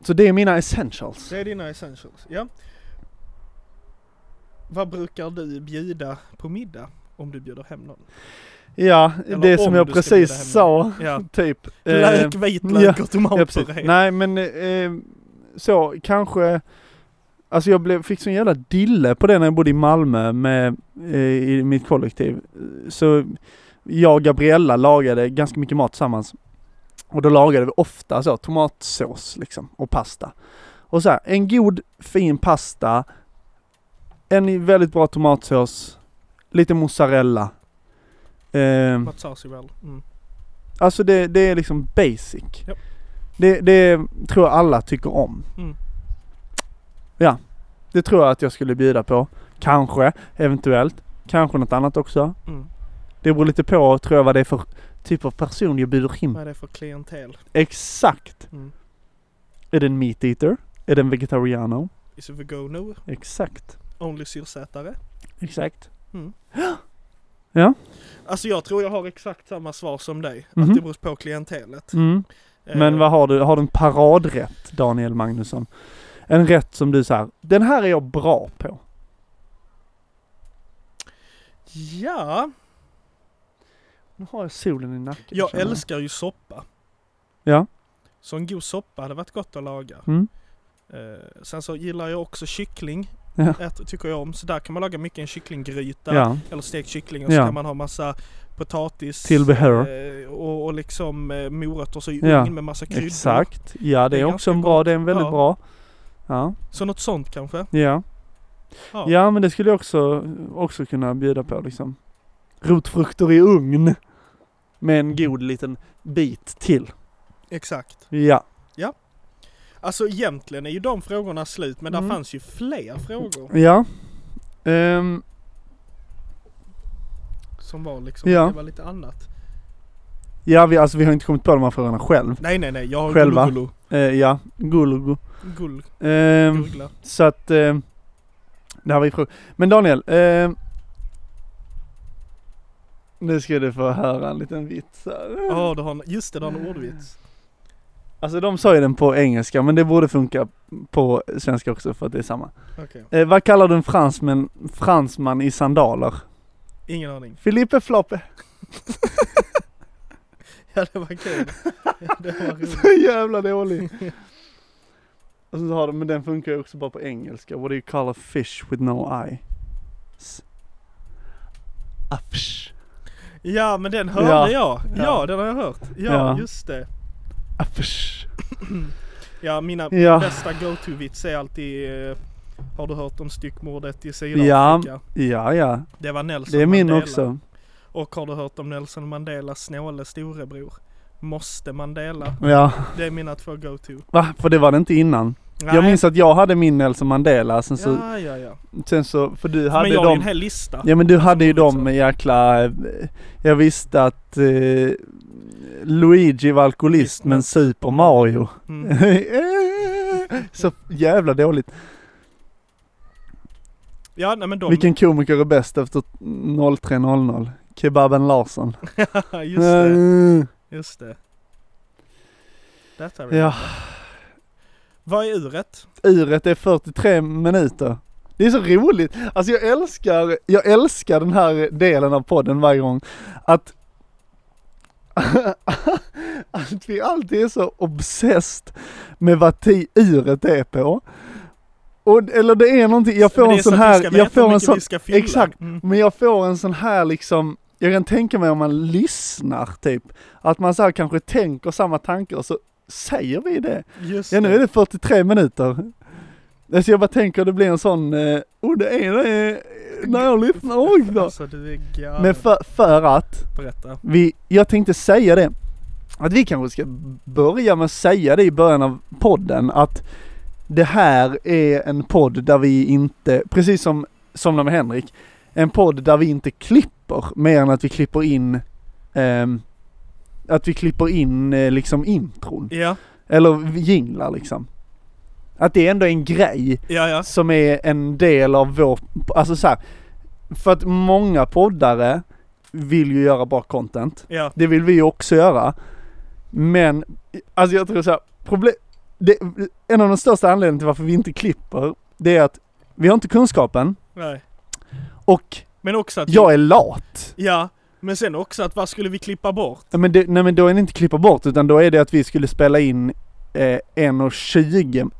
A: Så det är mina essentials.
B: Det är dina essentials, ja. Vad brukar du bjuda på middag om du bjuder hem
A: (laughs)
B: någon?
A: Ja,
B: Eller
A: det som
B: om
A: jag
B: du ska
A: precis
B: bjuda
A: sa,
B: Ja.
A: typ. eh,
B: Lök, vitlök och
A: Ja,
B: tomater.
A: precis. Nej men eh, så kanske Alltså jag blev, fick sån jävla dille på det när jag bodde i Malmö med, eh, i mitt kollektiv. Så jag och Gabriella lagade ganska mycket mat tillsammans. Och då lagade vi ofta så tomatsås liksom och pasta. Och så här, en god fin pasta, en väldigt bra tomatsås, lite mozzarella. Eh,
B: Mozzarella. Mm.
A: Alltså det, det är liksom basic.
B: Ja.
A: Det, det tror jag alla tycker om.
B: Mm.
A: Ja, det tror jag att jag skulle bjuda på. Kanske, eventuellt. Kanske något annat också.
B: Mm.
A: Det beror lite på tror jag vad det är för typ av person jag bjuder in.
B: Vad är det för klientel?
A: Exakt!
B: Mm.
A: Är det en meat eater? Är det en vegetariano?
B: Is it a go no?
A: Exakt.
B: Only syrsätare?
A: Exakt.
B: Alltså jag tror jag har exakt samma svar som dig.
A: Mhm.
B: Att det beror på klientelet.
A: Mm. Men
B: Eh,
A: vad har du? Har du en paradrätt, Daniel Magnusson? En rätt som du säger, den här är jag bra på.
B: Ja,
A: Nu har jag solen i nacken.
B: jag
A: känner
B: älskar ju soppa.
A: Ja.
B: Så en god soppa hade varit gott att laga.
A: Mm.
B: Eh, sen så gillar jag också kyckling.
A: Ja.
B: Ät, tycker jag om. Så där kan man laga mycket en kycklinggryta.
A: Ja.
B: Eller stekt kyckling och så
A: Ja.
B: kan man ha massa potatis.
A: Tillbehör.
B: eh, och, och liksom eh, morötter så i
A: Ja,
B: ugn med massa kryddor.
A: Exakt. Ja, det
B: Det
A: är
B: är
A: också en
B: ganska
A: bra, det är en väldigt
B: Ja.
A: bra. Ja,
B: Så något sånt kanske.
A: ja.
B: Ja.
A: Ja, men det skulle jag också, också kunna bjuda på liksom. Rotfrukter i ugn. Med en god liten bit till.
B: Exakt.
A: Ja.
B: Alltså egentligen är ju de frågorna slut men
A: Mm.
B: där fanns ju fler frågor.
A: Ja. Ehm,
B: Som var liksom,
A: Ja.
B: det var lite annat.
A: ja, vi, alltså vi har inte kommit på de här frågorna själv.
B: Nej nej nej, jag har
A: Själva.
B: Själva.
A: Eh, ja, gulgo.
B: Gull,
A: Ehm,
B: gurgla.
A: så att... ehm, det här var ju frågan. Men Daniel. ehm, nu ska du få höra en liten vits här.
B: Ja, du har en, just det, du har en ordvits.
A: Alltså de sa ju den på engelska men det borde funka på svenska också för att det är samma.
B: Okej.
A: Eh, vad kallar du en fransman, fransman i sandaler?
B: Ingen aning. (laughs)
A: Filippe Floppe.
B: Ja, det var kul. (laughs) det var roligt.
A: Så jävla dålig. (laughs) Och så har de, men den funkar ju också bara på engelska. What do you call a fish with no eye? S- A fish.
B: Ja, men den hörde
A: Ja.
B: jag. Ja,
A: Ja.
B: den har jag hört. Ja,
A: Ja.
B: just det.
A: A fish.
B: Ja, mina
A: Ja.
B: bästa go-to-vits är alltid eh, Har du hört om styckmordet i
A: Ja.
B: Sydafrika?
A: Ja, ja.
B: Det var Nelson
A: Det är min
B: Mandela.
A: också.
B: Och har du hört om Nelson Mandelas snåle storebror? Måste Mandela.
A: Ja,
B: Det är mina två go-to.
A: va? För det var det inte innan. Jag minns att jag hade min Nelson Mandela, sen så,
B: Ja, ja, ja.
A: sen så, för du hade
B: Men jag har ju
A: dem.
B: en hel lista.
A: Ja men du hade ju
B: Som
A: de jäkla, eh, jag visste att eh, Luigi var alkoholist
B: Visst,
A: men
B: men-
A: Super Mario.
B: Mm.
A: (laughs) Så jävla dåligt.
B: Ja, nej men de... (laughs)
A: Vilken komiker är bäst efter 03.00? Kebaben Larsson.
B: just det,
A: Mm.
B: just det. Detta är
A: Ja,
B: Vad är uret?
A: uret är 43 minuter. Det är så roligt. Alltså jag älskar, jag älskar den här delen av podden varje gång. Att, (laughs) att vi alltid är så obsessed med vad ti- uret är på. Och, eller det är någonting, jag får
B: Men det
A: en
B: är så
A: sån
B: att vi
A: här,
B: ska
A: jag
B: veta hur
A: får en
B: mycket
A: sån,
B: vi ska fylla.
A: exakt.
B: Mm.
A: men jag får en sån här liksom, jag kan tänka mig om man lyssnar typ, att man så här kanske tänker samma tankar och så säger vi det.
B: Just
A: Ja nu är det 43 minuter. Alltså jag bara tänker det blir en sån, eh, oh det är det eh, när jag lyssnar också.
B: Alltså du är galen.
A: Men för, för att
B: Berätta.
A: vi, jag tänkte säga det, att vi kanske ska börja med att säga det i början av podden att det här är en podd där vi inte, precis som Somna med Henrik, en podd där vi inte klipper mer än att vi klipper in ehm, att vi klipper in eh, liksom intron.
B: Ja,
A: Eller jinglar liksom. Att det ändå är en grej
B: ja, ja.
A: som är en del av vår, alltså så här, För att många poddare vill ju göra bra content.
B: Ja,
A: Det vill vi ju också göra. Men, alltså jag tror så här, problem, det, en av de största anledningarna till varför vi inte klipper, det är att vi har inte kunskapen
B: nej.
A: och
B: Men också att...
A: jag är lat.
B: Ja, men sen också att vad skulle vi klippa bort?
A: Ja, Men det, nej men då är det inte klippa bort utan då är det att vi skulle spela in eh, 1.20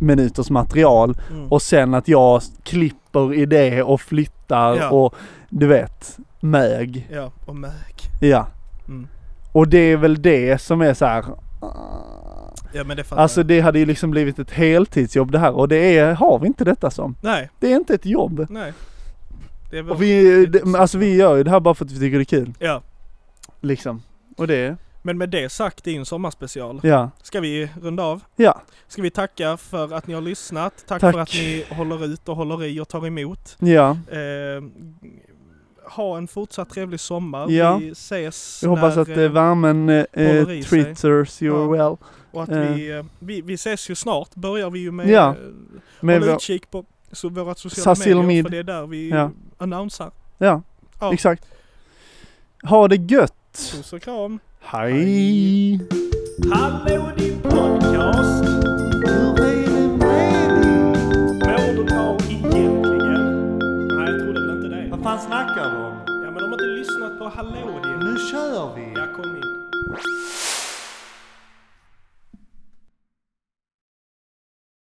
A: minuters material
B: Mm.
A: och sen att jag klipper i det och flyttar
B: Ja.
A: och du vet, mög.
B: Ja, och mög.
A: Ja.
B: Mm.
A: Och det är väl det som är så här.
B: Ja men det fattar
A: Alltså
B: jag.
A: det hade ju liksom blivit ett heltidsjobb det här och det är, har vi inte detta som.
B: Nej,
A: Det är inte ett jobb.
B: nej. Det är väl...
A: Och vi, det- alltså vi gör ju det här bara för att vi tycker det är kul.
B: Ja.
A: Liksom. Och det,
B: Men med det sagt, det är ju en sommarspecial.
A: ja.
B: Ska vi runda av?
A: Ja,
B: Ska vi tacka för att ni har lyssnat? Tack,
A: Tack.
B: för att ni håller ut och håller i och tar emot.
A: ja.
B: Eh, ha en fortsatt trevlig sommar.
A: Ja.
B: Vi ses
A: Jag hoppas
B: när,
A: att eh,
B: eh,
A: värmen eh,
B: håller i sig.
A: treaters you
B: Ja.
A: well.
B: och att
A: eh.
B: vi, eh, vi, vi ses ju snart, börjar vi ju med.
A: Ja.
B: eh,
A: Med
B: Håll
A: vår,
B: utkik på så, våra sociala
A: Sasil
B: medier,
A: Mid.
B: för det är där vi
A: Ja.
B: annonsar.
A: ja,
B: Ja.
A: exakt. Ha det gött!
B: Puss och kram!
A: Hej.
C: Hallå din podcast! Hur är det med dig? Mår du bra egentligen?
B: Nej, jag trodde väl inte det.
A: Vad fan snackar du om?
B: Ja, men de har inte lyssnat på Hallå din.
A: Nu kör vi!
B: Ja, kom in.